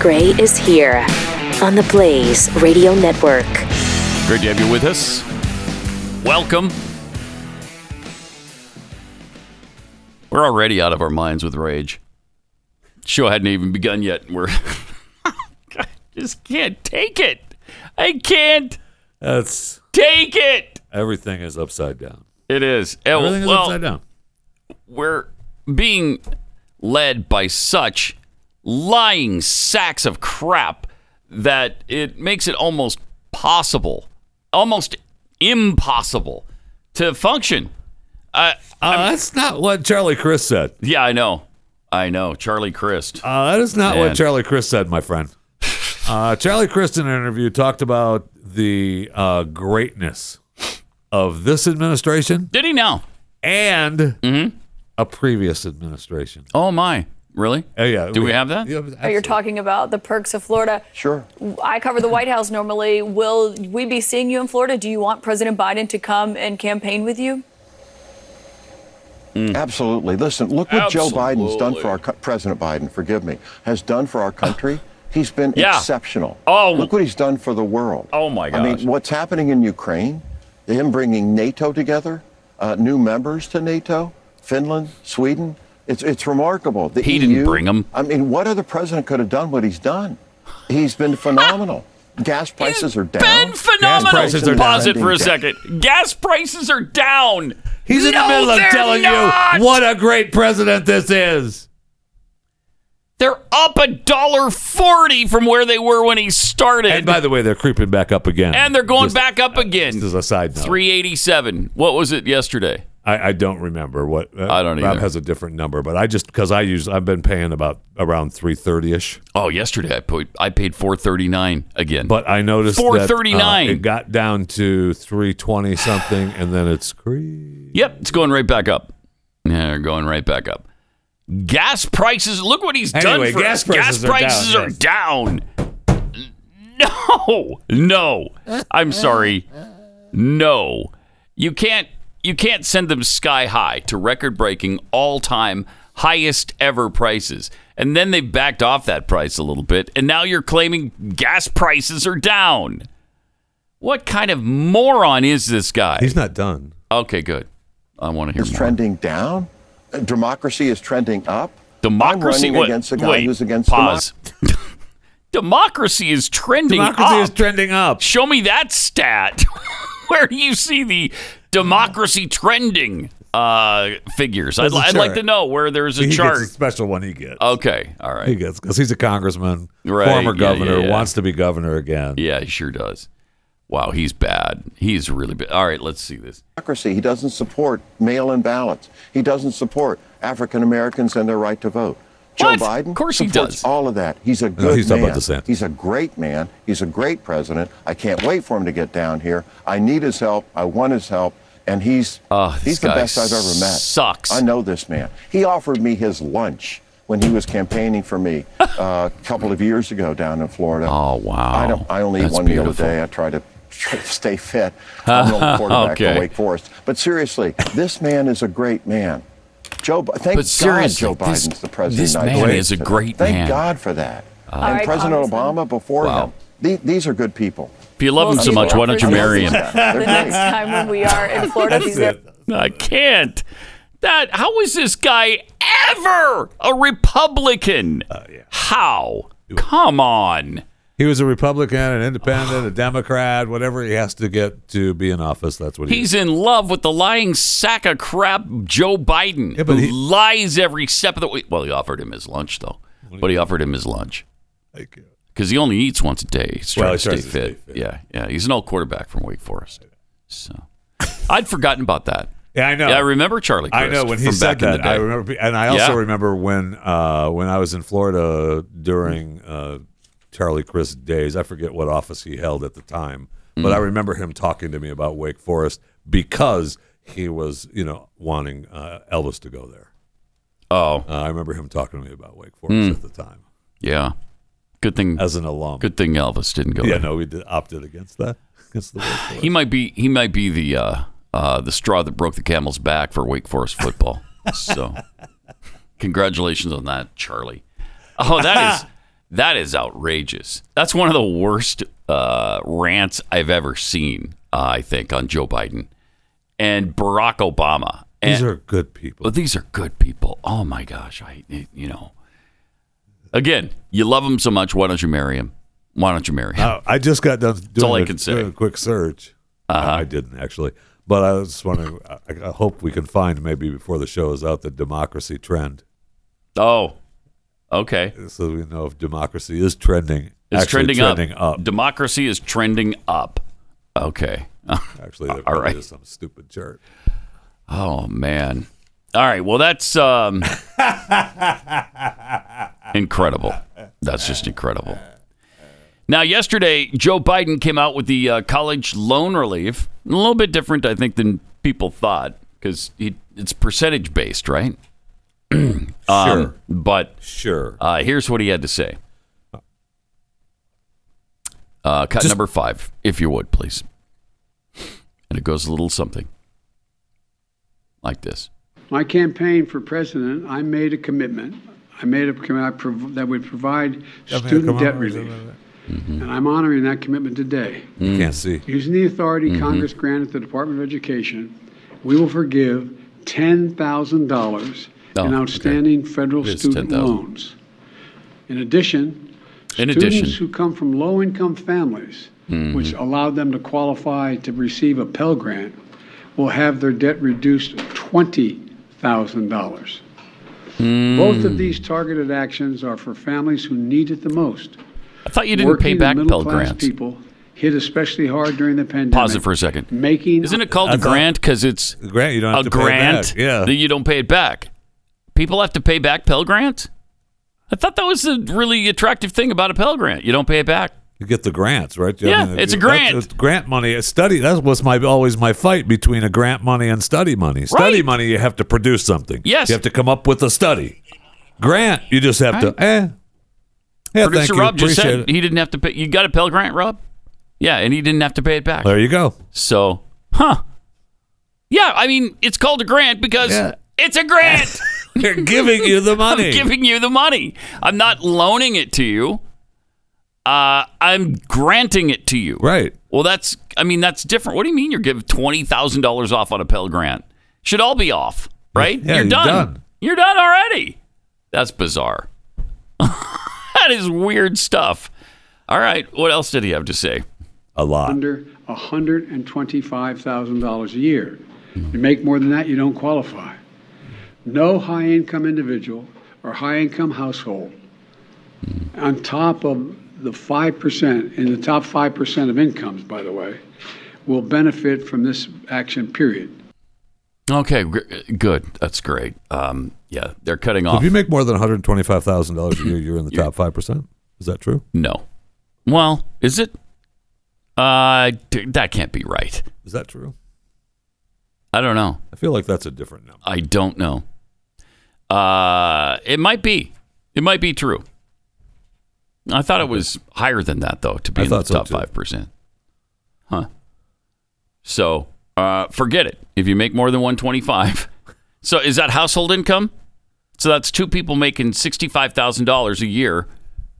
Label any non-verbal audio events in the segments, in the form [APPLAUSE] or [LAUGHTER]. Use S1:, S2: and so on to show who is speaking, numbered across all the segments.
S1: Gray is here on the Blaze Radio Network.
S2: Great to have you with us. Welcome. We're already out of our minds with rage. Show hadn't even begun yet. and We're [LAUGHS] I just can't take it. I can't
S3: That's
S2: take it.
S3: everything is upside down.
S2: It is. Eh,
S3: Everything is
S2: well,
S3: upside down.
S2: we're being led by such lying sacks of crap that it makes it almost possible, almost impossible to function. Uh,
S3: Uh, that's not what Charlie Chris said.
S2: yeah, I know. I know. Charlie Crist.
S3: Uh, that is not
S2: Man.
S3: what Charlie Chris said, my
S2: [LAUGHS]
S3: friend. Uh, Charlie Chris in an interview talked about the uh, greatness of this administration
S2: Did he now?
S3: and a previous administration.
S2: Oh, my. Really?
S3: Oh, yeah.
S2: Do we have that?
S3: Yeah,
S4: Oh, You're
S3: absolutely.
S4: talking about the perks of Florida. Sure. I cover the White House normally. Will we be seeing you in Florida? Do you want President Biden to come and campaign with you?
S2: Mm.
S5: Absolutely. Listen, look what Joe Biden's done for our co- President Biden, forgive me, has done for our country. He's been
S2: Yeah.
S5: exceptional.
S2: Oh.
S5: Look what he's done for the world.
S2: Oh, my
S5: I
S2: gosh.
S5: mean, what's happening in Ukraine, him bringing NATO together, uh, new members to NATO, Finland, Sweden. It's, it's remarkable. The
S2: He didn't
S5: EU,
S2: bring 'em.
S5: I mean, what other president could have done what he's done? He's been phenomenal. Gas prices are down.
S2: Been phenomenal.
S3: Gas prices are
S2: Pause
S3: down.
S2: it for a second. Gas prices are down.
S3: He's in
S2: No,
S3: the middle of
S2: they're
S3: telling
S2: not!
S3: you what a great president this is.
S2: They're up a dollar forty from where they were when he started. Eh.
S3: And by the way, they're creeping back up again.
S2: And they're going
S3: Just-
S2: back up again.
S3: This is a side note.
S2: 387. What was it yesterday?
S3: I, I don't remember what. Uh,
S2: I don't
S3: Rob
S2: either.
S3: has a different number, but I just because I use I've been paying about around three thirty ish.
S2: Oh, yesterday I paid I paid 439 again.
S3: But I noticed that, uh,
S2: 439.
S3: it got down to three twenty something, and then it's creep.
S2: yep, it's going right back up. Yeah, they're going right back up. Gas prices. Look what he's done
S3: Anyway,
S2: for
S3: gas
S2: us.
S3: prices
S2: gas
S3: are
S2: prices
S3: down,
S2: are
S3: yes.
S2: down. No, no. I'm sorry. No, you can't. You can't send them sky high to record-breaking, all-time highest ever prices, and then they backed off that price a little bit, and now you're claiming gas prices are down. What kind of moron is this guy?
S3: He's not done.
S2: okay, good. I want to hear
S5: is
S2: more.
S5: trending down. Uh, Democracy is trending up.
S2: Democracy.
S5: I'm running
S2: what-
S5: against a guy
S2: wait,
S5: who's against
S2: pause. democracy is trending
S3: Democracy
S2: up.
S3: is trending up.
S2: Show me that stat. [LAUGHS] Where do you see the democracy trending uh, figures? I'd,
S3: There's a
S2: I'd like
S3: chart.
S2: to know where there's a
S3: he
S2: chart.
S3: Gets a special one he gets.
S2: okay, all
S3: He
S2: right.
S3: gets because he's a congressman,
S2: Right,
S3: former
S2: yeah,
S3: governor,
S2: yeah, yeah.
S3: wants to be governor again.
S2: Yeah, he sure does. Wow, he's bad. He's really bad. All right, let's see this.
S5: democracy. He doesn't support mail-in ballots. He doesn't support African Americans and their right to vote.
S2: What?
S5: Joe Biden
S2: Of course he
S5: supports
S2: does.
S5: all of that. He's a good
S3: he's
S5: man.
S3: talking about DeSantis.
S5: He's a great man. He's a great president. I can't wait for him to get down here. I need his help. I want his help. And he's
S2: Oh, this
S5: he's the
S2: guy
S5: best I've ever met.
S2: sucks.
S5: I know this man. He offered me his lunch when he was campaigning
S2: [LAUGHS]
S5: for me uh, a couple of years ago down in Florida.
S2: Oh, wow.
S5: I don't. I only eat
S2: That's
S5: one meal
S2: beautiful.
S5: a day. I try to [LAUGHS] tr-
S2: [LAUGHS]
S5: stay fit. I'm an old quarterback
S2: Okay.
S5: for Wake Forest. But seriously, this man is a great man. Joe, Bi- thank
S2: But seriously,
S5: God Joe
S2: this-
S5: Biden's the president.
S2: this
S5: of the
S2: man
S5: United
S2: is a
S5: States.
S2: great
S5: thank
S2: man.
S5: Thank God for that.
S4: All
S5: and
S4: right,
S5: President
S4: Congressman.
S5: Obama before
S2: Wow.
S5: him. The- These are good people.
S2: If you love him
S4: Well,
S2: so
S4: he
S2: much, why don't
S4: offers
S2: you
S4: us-
S2: marry him?
S5: They're
S4: The
S5: great.
S4: next time when we are in Florida, he's there.
S2: I can't. That how is this guy ever a Republican?
S3: Uh,
S2: How? Come on.
S3: He was a Republican, an Independent, a Democrat, whatever he has to get to be in office. That's what he
S2: He's in love with the lying sack of crap Joe Biden,
S3: Yeah, but
S2: who
S3: he-
S2: lies every step of the way. Well, he offered him his lunch though, but he offered him his lunch
S3: is.
S2: because he only eats once a day. He's trying
S3: Well,
S2: to,
S3: he
S2: stay,
S3: tries to stay
S2: fit. Yeah, yeah. He's an old quarterback from Wake Forest, so [LAUGHS] I'd forgotten about that.
S3: Yeah, I know.
S2: Yeah, I remember Charlie.
S3: I
S2: Crist
S3: know when he
S2: from
S3: said
S2: back in the
S3: that. I
S2: day.
S3: remember, and I also
S2: Yeah.
S3: remember when uh, when I was in Florida during uh, Charlie Chris days. I forget what office he held at the time, but
S2: Mm.
S3: I remember him talking to me about Wake Forest because he was, you know, wanting uh, Elvis to go there.
S2: Oh, Hmm.
S3: Uh, I remember him talking to me about Wake Forest at the time
S2: yeah. Good thing.
S3: as an alum.
S2: Good thing Elvis didn't go.
S3: Yeah,
S2: there.
S3: no, we did, opted against that. Against the Wake
S2: [LAUGHS]
S3: Forest.
S2: He might be he might be the uh, uh, the straw that broke the camel's back for Wake Forest
S3: [LAUGHS] [LAUGHS]
S2: football. so, congratulations on that, Charlie. Oh, that is That is outrageous. That's one of the worst uh, rants I've ever seen, uh, I think, on Joe Biden and Barack Obama. And,
S3: These are good people.
S2: but these are good people. Oh my gosh, I it- you know. Again, you love him so much. Why don't you marry him? Why don't you marry him?
S3: Uh, I just got done doing,
S2: all I
S3: a,
S2: can say. Uh-huh.
S3: doing a quick search. I didn't actually, but I was wondering. I, I hope we can find maybe before the show is out the democracy trend,
S2: oh, okay.
S3: so we know if democracy is trending.
S2: It's
S3: actually
S2: trending,
S3: up.
S2: Democracy is trending up. [LAUGHS] Okay.
S3: actually, there
S2: All
S3: probably
S2: right.
S3: is some stupid chart.
S2: Oh man. All right. Well,
S3: [LAUGHS]
S2: that's um, [LAUGHS] incredible. That's just incredible. Now, yesterday, Joe Biden came out with the uh, college loan relief. A little bit different, I think, than people thought because it's percentage based, right?
S3: Sure,
S2: Um, But
S3: sure.
S2: uh, here's what he had to say. Uh, cut number five, if you would, please. And it goes a little something like this.
S6: My campaign for president, I made a commitment. I made a commitment I prov- that would provide student debt relief.
S2: Mm-hmm.
S6: And I'm honoring that commitment today.
S2: [CLEARS THROAT]
S3: You
S2: Hmm.
S3: can't see.
S6: Using the authority
S2: Mm-hmm.
S6: Congress granted the Department of Education, we will forgive $10,000
S2: Oh,
S6: in
S2: okay.
S6: outstanding federal
S2: It's
S6: student
S2: 10,000.
S6: loans. In addition,
S2: In
S6: students
S2: addition, Mm-hmm.
S6: who come from low income families, which allowed them to qualify to receive a Pell Grant, will have their debt reduced $20,000.
S2: Mm.
S6: Both of these targeted actions are for families who need it the most.
S2: I thought you didn't pay
S6: Working
S2: back
S6: and
S2: Pell
S6: middle class
S2: Grants.
S6: people hit especially hard during the pandemic.
S2: Pause it for a second.
S6: Making
S2: Isn't it called a
S3: I thought-
S2: grant because it's
S3: The grant you don't have
S2: a
S3: to pay
S2: grant
S3: back. Yeah,
S2: that you don't pay it back? People have to pay back Pell Grant? I thought that was the really attractive thing about a Pell Grant. You don't pay it back.
S3: you get the grants, right?
S2: Yeah, it's a grant.
S3: that's- it's grant money. A study. That was my always my fight between a grant money and study money. Study
S2: Right.
S3: money, you have to produce something.
S2: Yes.
S3: you have to come up with a study. Grant, you just have to. Eh. Yeah,
S2: Producer
S3: thank you.
S2: Rob just
S3: Appreciate
S2: said
S3: it.
S2: he didn't have to pay. You got a Pell Grant, Rob? Yeah, and he didn't have to pay it back.
S3: There you go.
S2: So, huh? Yeah, I mean, it's called a grant because
S3: Yeah.
S2: it's a grant.
S3: [LAUGHS] They're giving you the money.
S2: [LAUGHS] I'm giving you the money. I'm not loaning it to you. Uh, I'm granting it to you.
S3: right.
S2: Well, that's. I mean, that's different. What do you mean you're giving twenty thousand dollars off on a Pell Grant? Should all be off, right?
S3: Yeah,
S2: you're
S3: you're
S2: done.
S3: done.
S2: You're done already. That's bizarre. [LAUGHS] that is weird stuff. All right. What else did he have to say?
S3: A lot.
S6: under $125,000 a year. You make more than that, you don't qualify. No high income individual or high income household, on top of the 5%, in the top 5% of incomes, by the way, will benefit from this action period.
S2: Okay, gr- good. That's great. Um, yeah, they're cutting off.
S3: If you make more than one hundred twenty-five thousand dollars a year, you're in the
S2: [LAUGHS]
S3: top five percent. Is that true?
S2: no. Well, is it? Uh, d- that can't be right.
S3: Is that true?
S2: I don't know.
S3: I feel like that's a different number.
S2: I don't know. Uh, it might be. It might be true. I thought it was higher than that, though, to be
S3: I
S2: in the
S3: thought so,
S2: top
S3: too.
S2: five percent. Huh. So uh, forget it. If you make more than one twenty-five, [LAUGHS] so is that household income? So that's two people making sixty-five thousand dollars a year.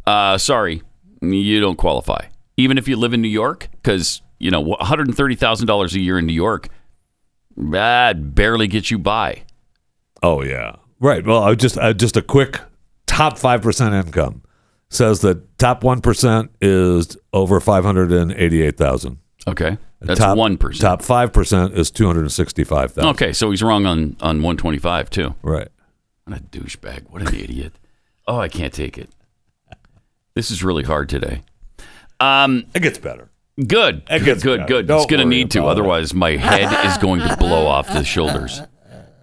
S2: Uh, sorry, you don't qualify. Even if you live in New York, because you know one hundred thirty thousand dollars a year in New York, that barely gets you by.
S3: Oh yeah, right. Well, I just I just a quick top five percent income says that top one percent is over five hundred and eighty-eight thousand.
S2: Okay, that's
S3: top,
S2: one percent.
S3: Top five percent is two hundred and sixty-five thousand.
S2: Okay, so he's wrong on on one twenty five too.
S3: Right.
S2: What a douchebag! What an idiot! Oh, I can't take it. This is really hard today. Um,
S3: It gets better.
S2: good,
S3: That gets
S2: good,
S3: better.
S2: good.
S3: Don't
S2: it's gonna
S3: worry
S2: need to,
S3: about it.
S2: otherwise my head is going to blow off the shoulders.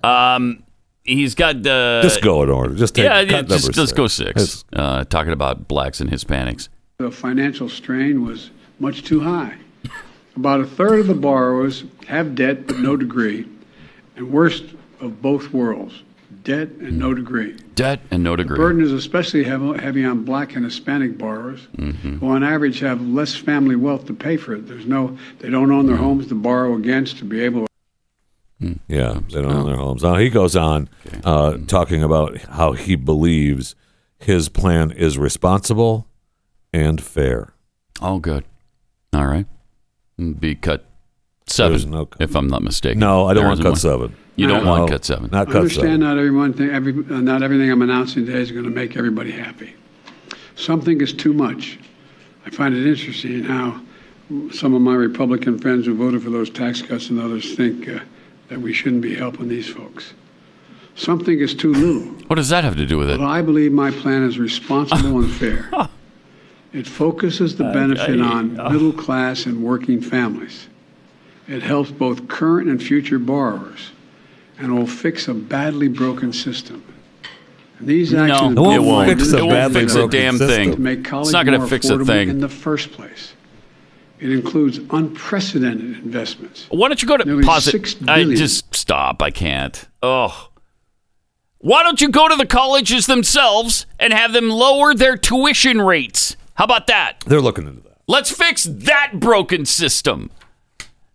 S2: Um, he's got the
S3: [LAUGHS] Just go in order. Just take
S2: yeah,
S3: cut
S2: yeah
S3: number
S2: just, just go
S3: It's-
S2: six. Uh, talking about blacks and Hispanics.
S6: The financial strain was much too high. About a third of the borrowers have debt but no degree, and worst of both worlds debt and no degree.
S2: Debt and no degree.
S6: burden is especially heav- heavy on black and Hispanic borrowers,
S2: Mm-hmm.
S6: who on average have less family wealth to pay for it. There's no, they don't own their homes to borrow against to be able.
S2: Hmm. Oh.
S3: Yeah, they don't own their homes. Now he goes on uh, talking about how he believes his plan is responsible and fair.
S2: All good. All right. Be cut seven,
S3: There's no cut.
S2: if I'm not mistaken.
S3: No, I don't
S2: There
S3: want
S2: isn't
S3: cut
S2: one.
S3: seven.
S2: You don't
S3: No,
S2: want cut seven.
S3: Not
S6: I
S3: cut
S6: understand
S3: seven.
S6: not everyone thing, every, uh, not everything I'm announcing today is going to make everybody happy. Something is too much. I find it interesting how some of my Republican friends who voted for those tax cuts and others think uh, that we shouldn't be helping these folks. Something is too little.
S2: what does that have to do with it?
S6: But I believe my plan is responsible and fair. It focuses
S2: Uh,
S6: the benefit on middle class and working families. It helps both current and future borrowers, and will fix a badly broken system. And these actions
S2: No,
S3: won't
S2: it won't.
S3: fix a
S2: it won't
S3: badly
S2: fix a
S3: broken
S2: damn
S3: system.
S6: to
S2: thing.
S6: make college
S2: It's not going to
S6: more
S2: fix a
S6: affordable in
S2: thing.
S6: the first place. It includes unprecedented investments.
S2: Why don't you go to
S6: Nearly
S2: posit?
S6: six
S2: I
S6: billion.
S2: just stop. I can't. Oh. Why don't you go to the colleges themselves and have them lower their tuition rates? How about that?
S3: They're looking into that.
S2: Let's fix that broken system.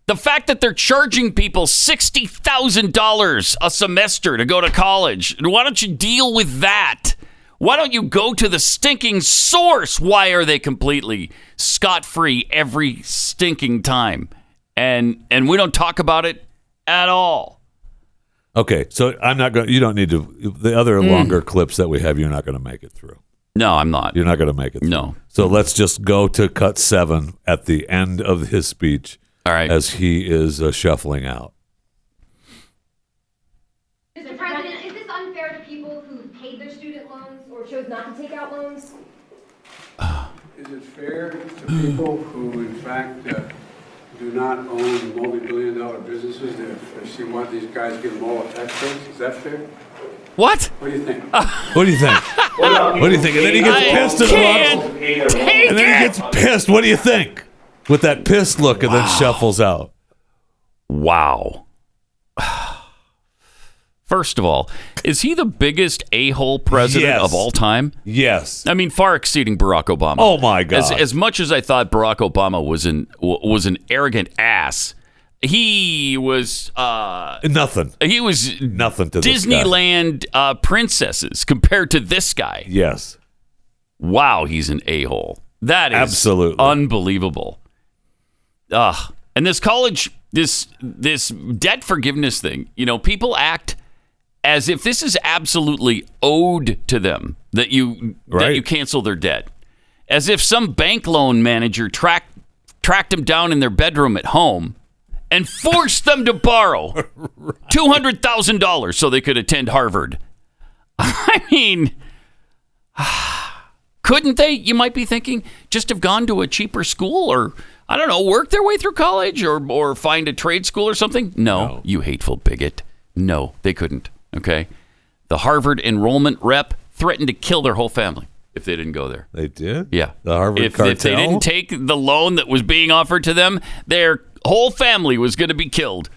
S2: The fact that they're charging people $60,000 a semester to go to college. And why don't you deal with that? Why don't you go to the stinking source? Why are they completely scot free every stinking time? And and we don't talk about it at all.
S3: Okay, so I'm not going. to You don't need to. The other longer clips that we have, you're not going to make it through.
S2: Mm. No, I'm not.
S3: You're not going to make it. Through.
S2: No.
S3: So let's just go to cut seven at the end of his speech
S2: All right.
S3: as he is uh, shuffling out.
S7: Mr. President, is this unfair to people who paid their student loans or chose not to take out loans?
S6: Is it fair to people who, in fact, uh, do not own multi-billion dollar businesses, if they see why these guys give them all a tax breaks? Is that fair?
S2: what?
S6: What do you think?
S3: [LAUGHS] What do you
S2: [LAUGHS]
S3: think?
S8: What
S3: do you think? And then he gets pissed at
S2: can't take
S3: and then he
S2: it.
S3: gets pissed. What do you think? With that pissed look, and then shuffles out.
S2: Wow. [SIGHS] First of all, is he the biggest a hole president
S3: Yes.
S2: of all time?
S3: Yes.
S2: I mean, far exceeding Barack Obama.
S3: Oh my God.
S2: As, as much as I thought Barack Obama was an w- was an arrogant ass, he was uh,
S3: Nothing.
S2: he was
S3: Nothing to this guy.
S2: Disneyland uh, princesses compared to this guy.
S3: Yes.
S2: Wow, he's an a hole. That is
S3: Absolutely.
S2: unbelievable. Ugh. And this college, this this debt forgiveness thing, you know, people act as if this is absolutely owed to them that you that
S3: Right.
S2: you cancel their debt, as if some bank loan manager tracked tracked them down in their bedroom at home and forced them to borrow two hundred thousand dollars so they could attend Harvard. [LAUGHS] I mean. [SIGHS] Couldn't they, you might be thinking, just have gone to a cheaper school or, I don't know, work their way through college or, or find a trade school or something? No, you hateful bigot. No, they couldn't. Okay. The Harvard enrollment rep threatened to kill their whole family if they didn't go there.
S3: They did.
S2: Yeah.
S3: The Harvard
S2: if,
S3: cartel.
S2: If they didn't take the loan that was being offered to them, their whole family was going to be killed.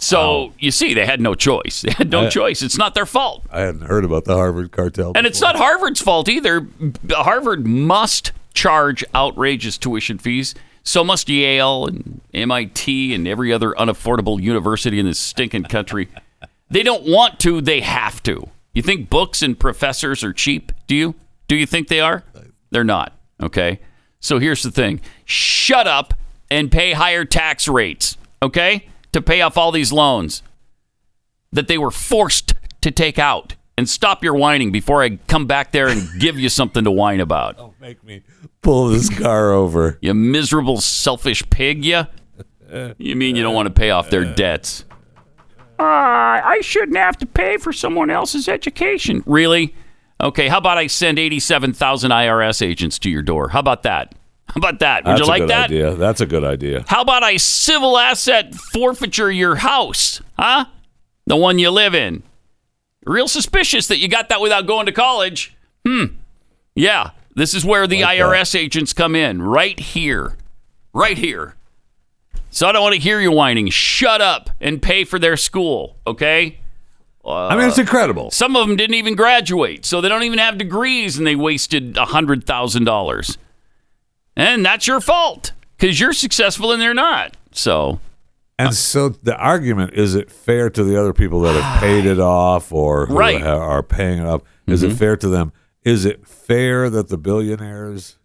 S2: So you see, they had no choice. [LAUGHS] They had no choice. It's not their fault.
S3: I hadn't heard about the Harvard cartel.
S2: And it's not Harvard's fault either. Harvard must charge outrageous tuition fees. So must Yale and MIT and every other unaffordable university in this stinking country. they don't want to, they have to. You think books and professors are cheap? Do you? Do you think they are? They're not. Okay. So here's the thing shut up and pay higher tax rates, okay, to pay off all these loans that they were forced to take out. And stop your whining before I come back there and give you something to whine about.
S3: [LAUGHS] make me pull this car over.
S2: You miserable, selfish pig, you. You mean you don't want to pay off their debts? Uh, I shouldn't have to pay for someone else's education. Really? Okay, how about I send 87,000 IRS agents to your door? How about that? How about that? Would
S3: That's a
S2: you like
S3: good
S2: that?
S3: idea. That's a good idea.
S2: How about I civil asset forfeiture your house? Huh? The one you live in. Real suspicious that you got that without going to college. Hmm. Yeah. This is where the IRS agents come in. Right here. Right here. So I don't want to hear you whining. Shut up and pay for their school, okay?
S3: I mean, it's incredible.
S2: Some of them didn't even graduate, so they don't even have degrees, and they wasted hundred thousand dollars. And that's your fault because you're successful and they're not. So
S3: And so the argument is it fair to the other people that have paid it off or who
S2: Right.
S3: ha- are paying it off? Is it fair to them? Is it fair that the billionaires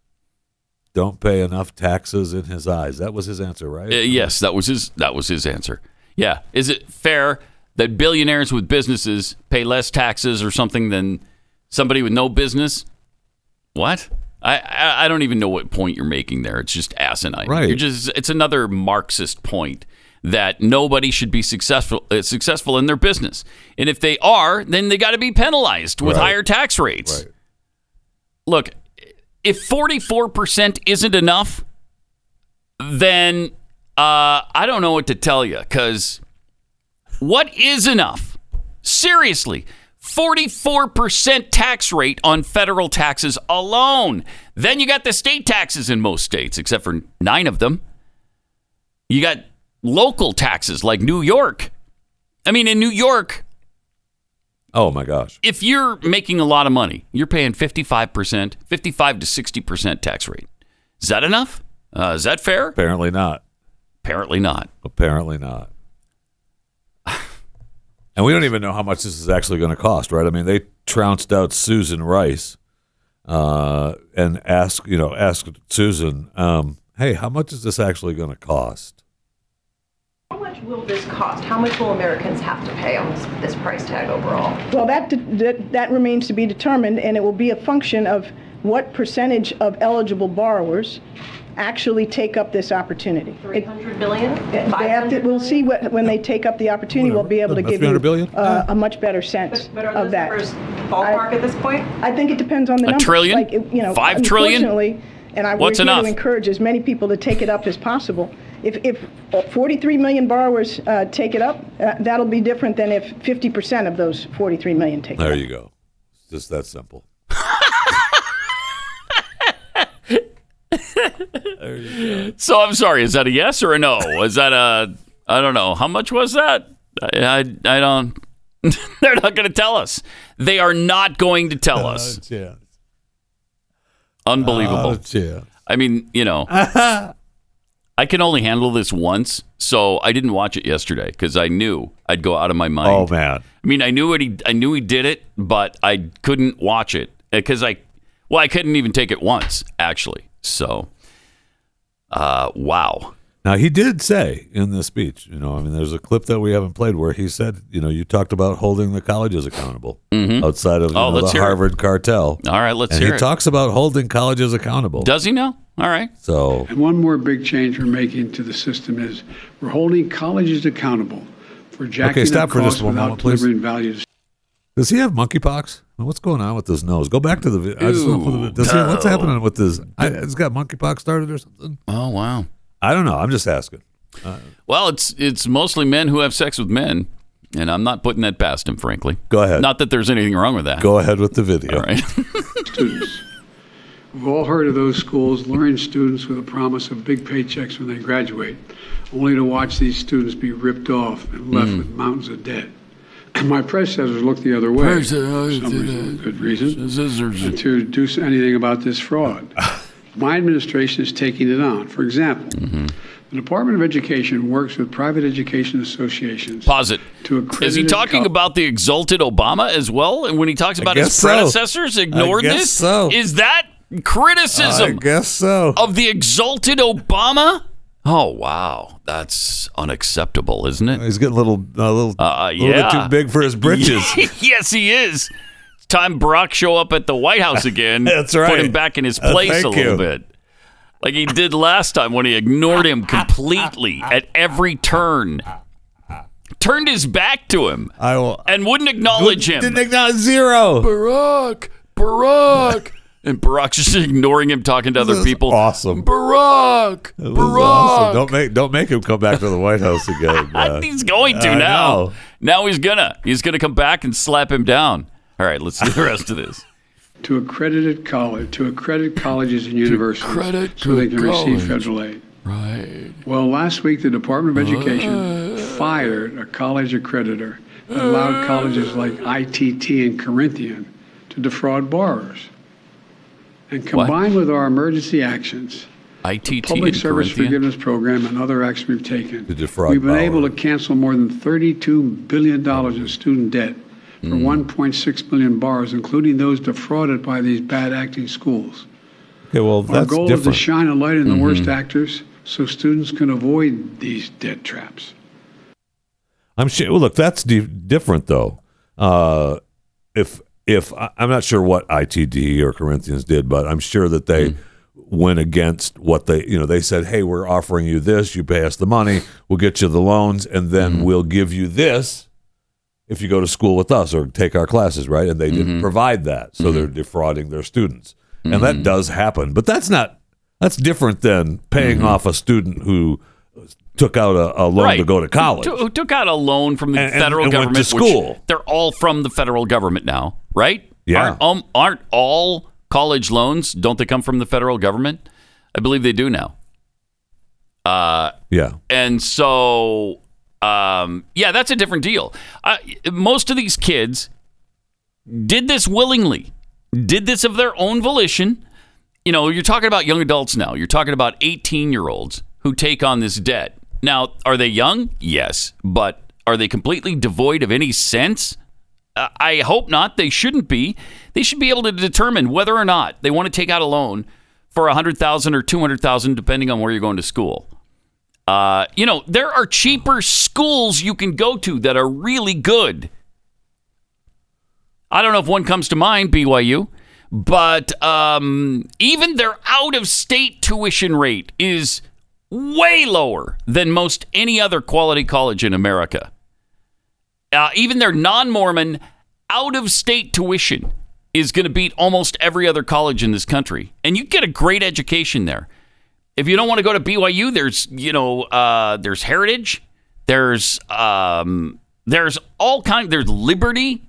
S3: don't pay enough taxes in his eyes? That was his answer, right?
S2: Uh, yes, that was his. That was his answer. Yeah. Is it fair that billionaires with businesses pay less taxes or something than somebody with no business? What? I I, I don't even know what point you're making there. It's just asinine.
S3: Right.
S2: You're just. It's another Marxist point that nobody should be successful uh, successful in their business, and if they are, then they got to be penalized with
S3: Right.
S2: higher tax rates.
S3: Right.
S2: Look, if forty four percent isn't enough then uh, I don't know what to tell you because what is enough? Seriously, 44% tax rate on federal taxes alone. Then you got the state taxes in most states, except for nine of them. You got local taxes like New York. I mean, in New York,
S3: Oh my gosh.
S2: if you're making a lot of money, you're paying 55%, 55 to 60% tax rate. Is that enough? Uh, is that fair?
S3: Apparently not.
S2: Apparently not.
S3: Apparently not. And we don't even know how much this is actually going to cost, right? I mean, they trounced out Susan Rice uh, and asked, you know, asked Susan, um, "Hey, how much is this actually going to cost?"
S8: How much will this cost? How much will Americans have to pay on this, this price tag overall?
S9: Well, that, that, that remains to be determined, and it will be a function of what percentage of eligible borrowers actually take up this opportunity. It-
S8: 300 billion?
S9: they have to-
S8: 500
S9: We'll see what, when they take up the opportunity, we'll be able to
S3: Whatever.
S9: give you
S3: 300 billion?
S9: uh, a much better sense
S8: But but are
S9: of
S8: those
S9: that.
S8: numbers ballpark at this point?
S9: I think it depends on the
S2: A
S9: numbers.
S2: trillion?
S9: Like, it- you know,
S2: Five trillion?
S9: unfortunately, And I would
S2: What's
S9: here to
S2: enough?
S9: encourage as many people to take it up as possible. If, if uh, 43 million borrowers uh, take it up, uh, that'll be different than if 50% of those 43 million take it
S3: There
S9: up.
S3: you go. It's just that simple.
S2: So I'm sorry. Is that a yes or a no? Is that a I don't know. How much was that? I I, I don't. [LAUGHS] They're not going to tell us. They are not going to tell us.
S3: chance.
S2: Unbelievable. I mean,
S3: [LAUGHS]
S2: you know, I can only handle this once, so I didn't watch it yesterday because I knew I'd go out of my mind.
S3: Oh man.
S2: I mean, I knew what he I knew he did it, but I couldn't watch it because I well, I couldn't even take it once actually. So, uh, wow.
S3: Now he did say in this speech, you know, I mean, there's a clip that we haven't played where he said, you know, you talked about holding the colleges accountable outside of you know,
S2: Oh, let's
S3: the
S2: hear it.
S3: Harvard cartel.
S2: All right, let's
S3: and
S2: hear
S3: he
S2: it.
S3: talks about holding colleges accountable.
S2: Does he know? All right.
S3: so
S6: And one more big change we're making to the system is we're holding colleges accountable for jacking
S3: stop
S6: up
S3: for just
S6: costs
S3: one
S6: without
S3: moment, please.
S6: delivering value to
S3: does he have monkeypox? Well, What's going on with his nose? Go back to the. vi- I just want to put
S2: Ooh,
S3: the does he, what's
S2: no.
S3: happening with this? I, it's got monkeypox started or something.
S2: Oh, wow.
S3: I don't know. I'm just asking. Uh,
S2: Well, it's it's mostly men who have sex with men, and I'm not putting that past him, frankly.
S3: Go ahead.
S2: Not that there's anything wrong with that.
S3: Go ahead with the video.
S2: All right.
S6: students. We've all heard of those schools luring students with a promise of big paychecks when they graduate, only to watch these students be ripped off and
S2: Hmm.
S6: left with mountains of debt. And my predecessors looked the other way. for
S2: uh,
S6: some reason, good reason. and to do anything about this
S2: [LAUGHS]
S6: fraud. My administration is taking it on. For example,
S2: Mm-hmm.
S6: the Department of Education works with private education associations.
S2: Pause it.
S6: To
S2: Is he
S6: accredited
S2: talking
S6: col-
S2: about the exalted Obama as well? And when he talks about
S3: guess
S2: his
S3: so.
S2: predecessors, ignored
S3: guess
S2: this?
S3: so.
S2: Is that
S3: I
S2: criticism
S3: guess [LAUGHS] so.
S2: of the exalted Obama? Oh, wow. That's unacceptable, isn't it?
S3: He's getting a little, a little,
S2: Uh,
S3: a little
S2: yeah.
S3: bit too big for his
S2: [LAUGHS]
S3: britches.
S2: yes, he is. It's time Barack show up at the
S3: [LAUGHS]
S2: White House again.
S3: That's right.
S2: Put him back in his
S3: Uh,
S2: place
S3: thank
S2: a little
S3: you.
S2: bit. Like he did last time when he ignored him completely at every turn. Turned his back to him
S3: I will.
S2: and wouldn't acknowledge him.
S3: Didn't acknowledge zero.
S2: Barack,
S6: [LAUGHS]
S2: Barack. and Barack's just ignoring him, talking to other
S3: This is
S2: people.
S3: Awesome.
S2: Barack,
S3: This is
S2: Barack.
S3: awesome. Don't make don't make him come back to the White House
S2: [LAUGHS]
S3: again. uh,
S2: he's going to
S3: I
S2: now.
S3: know.
S2: Now he's gonna. He's gonna come back and slap him down. All right, let's see the rest of this.
S6: to accredited college to accredited colleges and universities
S2: accredit
S6: so they can
S2: to college.
S6: receive federal aid. Right. Well, last week the Department of Education fired a college accreditor that allowed colleges like ITT and Corinthian to defraud borrowers. And combined with our emergency actions,
S2: ITT
S6: public
S2: in
S6: service
S2: Corinthian.
S6: forgiveness program, and other actions we've taken,
S3: To defraud
S6: we've been able to
S3: borrowers.
S6: cancel more than $32 billion in student debt for 1.6 million borrowers, including those defrauded by these bad acting schools.
S10: Okay, well,
S6: Our
S10: that's
S6: goal is to
S10: different.
S6: shine a light on the worst
S10: Mhm.
S3: Mm-hmm.
S6: actors so students can avoid these debt traps.
S3: I'm sure. Well, look, that's di- different though. Uh, if if I- I'm not sure what ITD or Corinthians did, but I'm sure that they went against what they you know they said, hey, we're offering you this, you pay us the money, we'll get you the loans, and then we'll give you this if you go to school with us or take our classes, right? And they didn't provide that, so they're defrauding their students, and that does happen. But that's not that's different than paying off a student who took out a, a loan to
S2: Right.
S3: go to college.
S2: Who, who took out a loan from the
S3: And- and-
S2: federal
S3: and went
S2: government?
S3: to school.
S2: Which they're all from the federal government now, right?
S3: Yeah.
S2: Aren't, um, aren't all college loans? Don't they come from the federal government? I believe they do now. Uh,
S3: Yeah.
S2: and so, um, yeah, that's a different deal. Uh, most of these kids did this willingly, did this of their own volition. You know, you're talking about young adults now. You're talking about 18 year olds who take on this debt. Now, are they young? Yes. But are they completely devoid of any sense? Uh, I hope not. They shouldn't be. They should be able to determine whether or not they want to take out a loan for 100000 or 200000 depending on where you're going to school. Uh, you know, there are cheaper schools you can go to that are really good. I don't know if one comes to mind, BYU, but um, even their out of state tuition rate is way lower than most any other quality college in America. Uh, even their non Mormon out of state tuition is going to beat almost every other college in this country. And you get a great education there. If you don't want to go to BYU, there's, you know, uh, there's Heritage, there's, um, there's all kind. there's Liberty.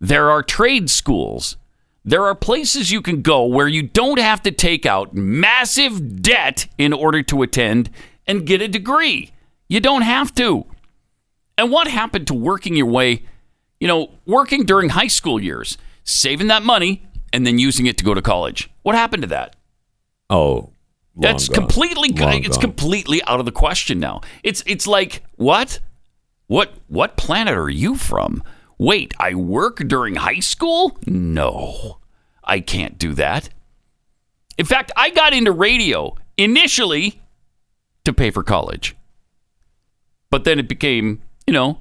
S2: There are trade schools. There are places you can go where you don't have to take out massive debt in order to attend and get a degree. You don't have to. And what happened to working your way, you know, working during high school years, saving that money and then using it to go to college? What happened to that?
S3: Oh,
S2: That's
S3: long gone.
S2: completely
S3: Long
S2: it's
S3: gone.
S2: completely out of the question now. It's it's like what? What what planet are you from? Wait, I work during high school? No. I can't do that. In fact, I got into radio initially to pay for college. But then it became, you know,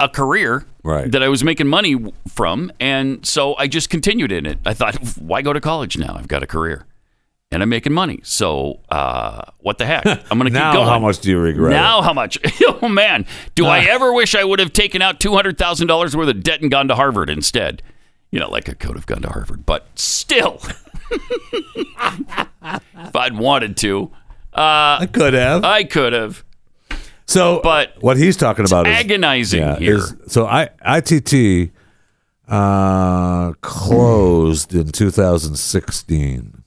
S2: a career
S3: Right.
S2: that I was making money w- from. And so I just continued in it. I thought, [LAUGHS] why go to college now? I've got a career and I'm making money. So uh, what
S3: [LAUGHS]
S2: the heck? I'm going to
S3: now,
S2: keep going.
S3: how much do you regret? it? Ah.
S2: Now how much? [LAUGHS] oh man, do I ever wish I would have taken out two hundred thousand dollars worth of debt and gone to Harvard instead? You know, like I could have gone to Harvard, but still, if I'd wanted to, uh,
S3: I could have.
S2: I could have.
S3: So,
S2: but
S3: what he's talking about is
S2: agonizing
S3: yeah,
S2: here.
S3: is- so, I ITT uh, closed in 2016.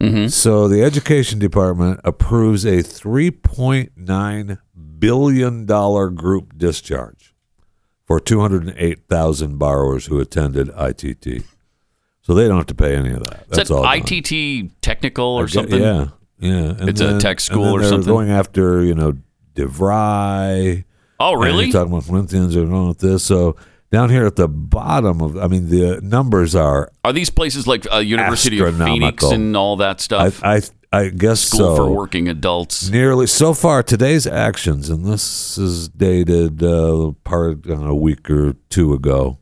S2: Mm-hmm.
S3: So the education department approves a 3.9 billion dollar group discharge for 208,000 borrowers who attended ITT. So they don't have to pay any of that. That's
S2: Is that
S3: all. done.
S2: ITT technical or
S3: I gue-
S2: something?
S3: Yeah, yeah. And
S2: It's a tech
S3: and
S2: school
S3: then
S2: or
S3: they're
S2: something?
S3: Going after you know DeVry.
S2: Oh,
S3: and you're
S2: really?
S3: talking about Corinthians or going with this. So down here at the bottom of, I mean, the numbers are.
S2: Are these places like uh, University of Phoenix
S3: Astronomical.
S2: and all that
S3: I
S2: stuff?
S3: I, I guess
S2: School
S3: so.
S2: for working adults.
S3: Nearly so far today's actions, and this is dated uh, part uh, a week or two ago.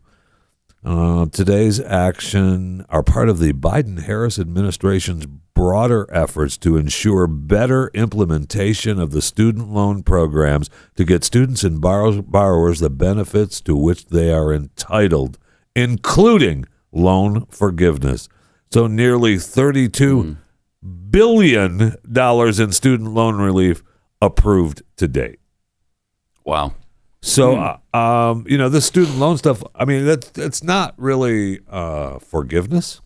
S3: Uh, today's action are part of the Biden-Harris administration's broader efforts to ensure better implementation of the student loan programs to get students and borrow- borrowers the benefits to which they are entitled, including loan forgiveness. So nearly thirty-two billion dollars in student loan relief approved to date.
S2: Wow. Hmm.
S3: So, uh, um, you know, this student loan stuff. I mean, that's it's not really uh, forgiveness.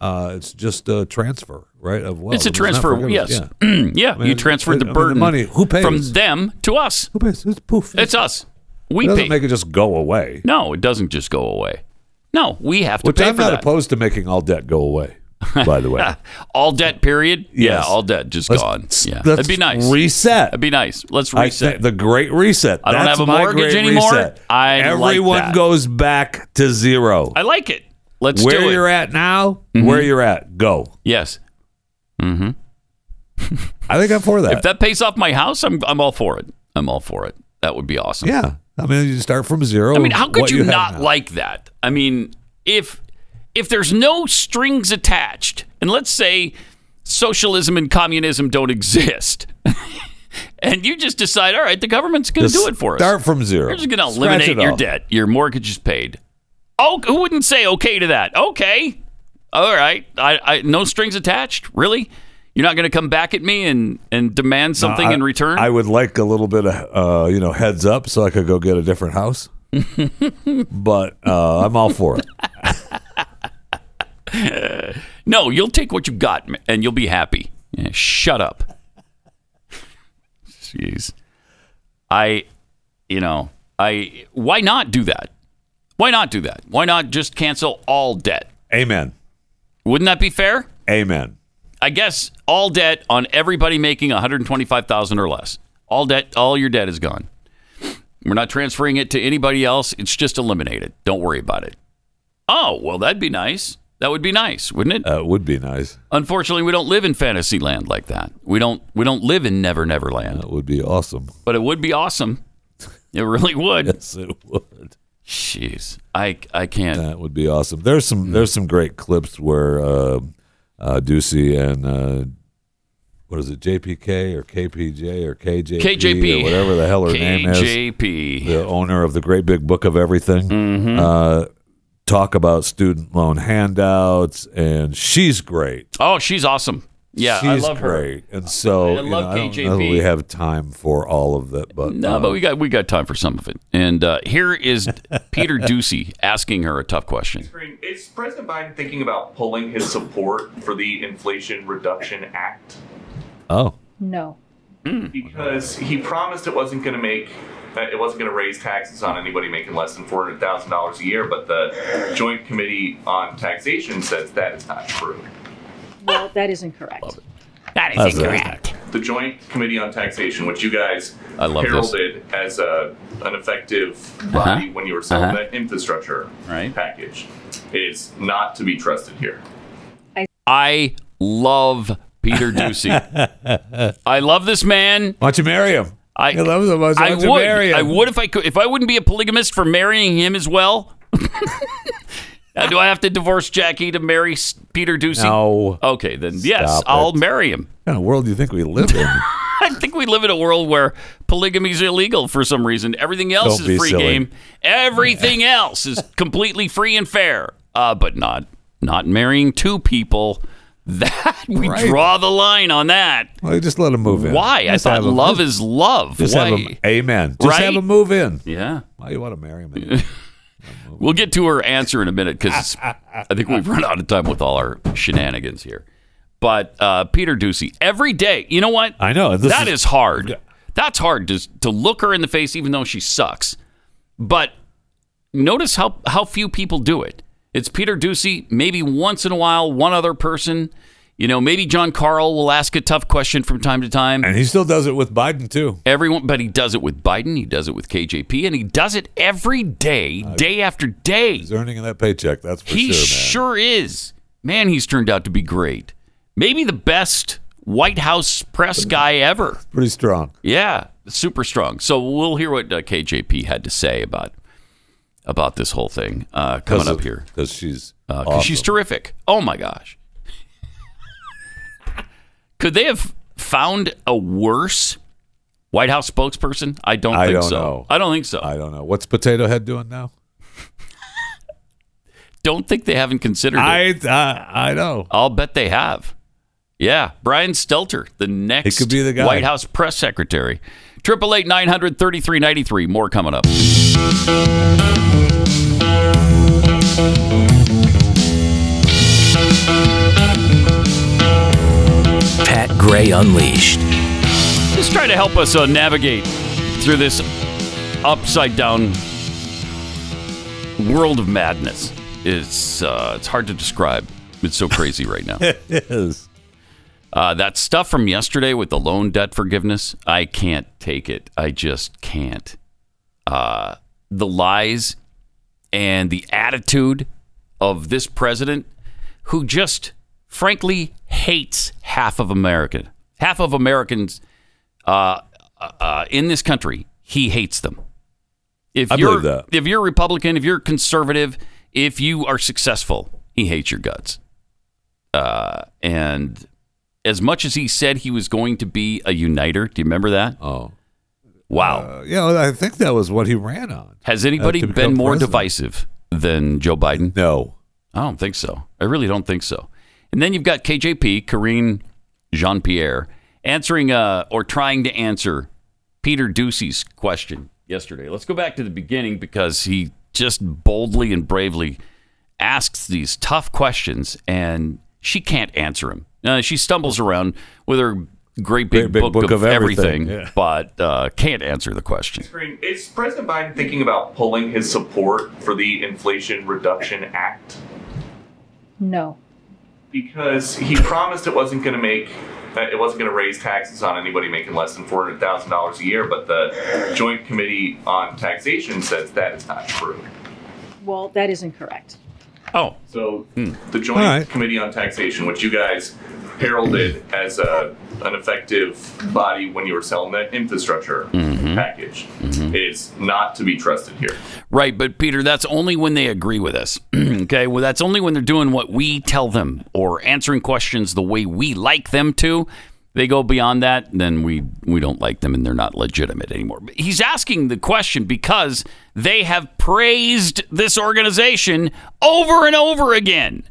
S3: Uh, it's just a transfer, right? Of wealth.
S2: it's a
S3: not
S2: transfer.
S3: forgiveness,
S2: Yes.
S3: yeah.
S2: [CLEARS THROAT] Yeah. you
S3: mean,
S2: transferred the
S3: I mean, the
S2: burden
S3: money, who pays?
S2: from them to us.
S3: Who pays? It's poof.
S2: It's us.
S3: It
S2: We
S3: doesn't
S2: pay.
S3: make it just go away.
S2: no, it doesn't just go away. No, we have to
S3: Which
S2: pay
S3: I'm
S2: for
S3: not
S2: that.
S3: opposed to making all debt go away. by the
S2: [LAUGHS]
S3: way.
S2: all debt period. Yeah,
S3: Yes.
S2: all debt just
S3: Let's-
S2: gone. Yeah,
S3: let's
S2: that'd be nice.
S3: reset.
S2: That'd be nice. Let's
S3: I
S2: reset.
S3: think the Great Reset.
S2: I don't
S3: That's
S2: have a
S3: my
S2: mortgage
S3: great
S2: anymore.
S3: reset.
S2: I like
S3: Everyone
S2: that.
S3: goes back to zero.
S2: I like it. Let's
S3: where
S2: do it. Mm-hmm.
S3: you're at now, where you're at, go.
S2: Yes. Mm-hmm.
S3: I think I'm for that.
S2: If that pays off my house, I'm I'm all for it. I'm all for it. That would be awesome.
S3: yeah, I mean, you start from zero.
S2: I mean, how could
S3: what
S2: you,
S3: have
S2: not
S3: now.
S2: like that? I mean, if if there's no strings attached, and let's say socialism and communism don't exist, [LAUGHS] and you just decide, all right, the government's going to
S3: Just
S2: do it for us.
S3: Start from zero.
S2: We're just going to
S3: Scratch
S2: eliminate
S3: it
S2: your
S3: off.
S2: debt. Your mortgage is paid. Oh, who wouldn't say okay to that? Okay, all right. I, I no strings attached. Really, you're not going to come back at me and and demand
S3: No,
S2: something
S3: I-
S2: in return.
S3: I would like a little bit of uh, you know heads up so I could go get a different
S2: [LAUGHS]
S3: house. but uh, I'm all for it.
S2: No, you'll take what you got ma- and you'll be happy. Yeah, shut up. Jeez. I, you know, I, why not do that? Why not do that? Why not just cancel all debt?
S3: Amen.
S2: Wouldn't that be fair?
S3: Amen.
S2: I guess all debt on everybody making 125,000 or less. All debt, all your debt is gone. We're not transferring it to anybody else. It's just eliminated. Don't worry about it. Oh, well, that'd be nice. That would be nice, wouldn't it?
S3: Uh, it would be nice.
S2: Unfortunately, we don't live in fantasy land like that. We don't we don't live in Never Never Land.
S3: That would be awesome.
S2: But it would be awesome. It really
S3: [LAUGHS]
S2: would.
S3: Yes, it would.
S2: Jeez, I I can't.
S3: That would be awesome. There's some there's some great clips where uh, uh, Ducey and uh, what is it, JPK or KPJ or KJP
S2: KJP
S3: or whatever the hell her name is,
S2: KJP.
S3: the owner of the Great Big Book of Everything,
S2: Mm-hmm.
S3: uh, talk about student loan handouts, and she's great.
S2: Oh, she's awesome. Yeah,
S3: she's
S2: I love her.
S3: great. And so
S2: I
S3: you
S2: love
S3: know, I don't know that
S2: KJP.
S3: we have time for all of that, but
S2: No,
S3: uh,
S2: but we got we got time for some of it. And uh, here is Peter Ducey asking her a tough question.
S10: Green, Is President Biden thinking about pulling his support for the Inflation Reduction Act?
S3: oh,
S11: No.
S2: Hmm.
S10: Because he promised it wasn't going to make, uh, it wasn't going to raise taxes on anybody making less than four hundred thousand dollars a year. But the Joint Committee on Taxation says that is not true.
S11: Well, that is incorrect.
S2: That
S3: That's
S2: is
S3: right.
S2: incorrect.
S10: The Joint Committee on Taxation, which you guys
S2: I love this.
S10: heralded as a, an effective body when you were selling
S2: Uh-huh.
S10: that infrastructure
S2: Right.
S10: package, is not to be trusted here.
S2: I love Peter Ducey. I love this man.
S3: why don't you marry him?
S2: I,
S3: You love him so much. Why
S2: I
S3: don't
S2: would.
S3: you marry him?
S2: I would if I could. If I wouldn't be a polygamist for marrying him as well. [LAUGHS] Now, do I have to divorce Jackie to marry S- Peter Ducey?
S3: No.
S2: Okay, then yes,
S3: Stop
S2: I'll
S3: it.
S2: marry him.
S3: What kind of world do you think we live
S2: [LAUGHS]
S3: in?
S2: I think we live in a world where polygamy is illegal for some reason. Everything else
S3: Don't
S2: is
S3: be
S2: free
S3: silly.
S2: game.
S3: [LAUGHS]
S2: Everything else is completely free and fair. Uh, but not not marrying two people. [LAUGHS] That we
S3: Right.
S2: draw the line on that.
S3: Well, just let him move in.
S2: Why?
S3: Just
S2: I thought
S3: have him-
S2: love
S3: just-
S2: is love.
S3: Just
S2: Why?
S3: have him. Amen. Just have
S2: Right?
S3: him move in.
S2: Yeah.
S3: Why you want to marry him?
S2: [LAUGHS] We'll get to her answer in a
S3: [LAUGHS]
S2: minute because I think we've run out of time with all our shenanigans here. But uh, Peter Ducey, every day, you know what?
S3: I know, this
S2: That is,
S3: is-
S2: hard. That's hard to, to look her in the face, even though she sucks. But notice how, how few people do it. It's Peter Ducey, maybe once in a while, one other person. You know, maybe John Carl will ask a tough question from time to time.
S3: and he still does it with Biden too.
S2: Everyone, but he does it with Biden, he does it with KJP, and he does it every day, day after day.
S3: Uh, He's earning that paycheck. That's for
S2: He
S3: sure,
S2: sure, is. Man, he's turned out to be great. Maybe the best White House press guy ever.
S3: man. Pretty strong.
S2: Yeah, super strong. So we'll hear what uh, KJP had to say about about this whole thing uh, coming up here.
S3: because she's
S2: Uh, 'cause
S3: awesome.
S2: She's terrific. Oh my gosh. [LAUGHS] Could they have found a worse White House spokesperson? I don't
S3: I
S2: think
S3: don't
S2: so.
S3: know.
S2: I don't think so.
S3: I don't know what's Potato Head doing now.
S2: don't think they haven't considered it.
S3: I I, I know.
S2: I'll bet they have. Yeah, Brian Stelter, the next
S3: could be the guy.
S2: White House press secretary. Triple eight nine hundred thirty three ninety three. More coming up.
S12: Pat Gray Unleashed.
S2: Just try to help us uh, navigate through this upside down world of madness. It's uh, it's hard to describe. It's so crazy right now.
S3: [LAUGHS] it is.
S2: Uh, that stuff from yesterday with the loan debt forgiveness, I can't take it. I just can't. Uh, the lies and the attitude of this president, who just frankly hates half of America, half of Americans uh, uh, uh, in this country, he hates them. If
S3: I
S2: you're
S3: believe that.
S2: if you're Republican, if you're conservative, if you are successful, he hates your guts. Uh, and as much as he said he was going to be a uniter, do you remember that?
S3: Oh, Uh,
S2: wow!
S3: Yeah, I think that was what he ran on.
S2: Has anybody
S3: to
S2: been
S3: become
S2: more
S3: president.
S2: divisive than Joe Biden?
S3: No.
S2: I don't think so. I really don't think so. And then you've got KJP, Karine Jean Pierre, answering uh, or trying to answer Peter Ducey's question yesterday. Let's go back to the beginning because he just boldly and bravely asks these tough questions and she can't answer him. Uh, she stumbles around with her great big,
S3: Great big
S2: book,
S3: book of
S2: of,
S3: everything,
S2: everything,
S3: yeah.
S2: but uh, can't answer the question.
S10: Green, Is President Biden thinking about pulling his support for the Inflation Reduction Act?
S11: No.
S10: Because he promised it wasn't going to make, that it wasn't going to raise taxes on anybody making less than $400,000 a year, but the Joint Committee on Taxation says that is not true.
S11: Well, that is incorrect.
S2: Oh.
S10: So the Joint
S11: All right.
S10: Committee on Taxation, which you guys heralded as a, an effective body when you were selling that infrastructure package, is not to be trusted here.
S2: Right, but Peter, that's only when they agree with us. [CLEARS THROAT] okay, well, that's only when they're doing what we tell them or answering questions the way we like them to. They go beyond that, then we we don't like them, and they're not legitimate anymore. But he's asking the question because they have praised this organization over and over again.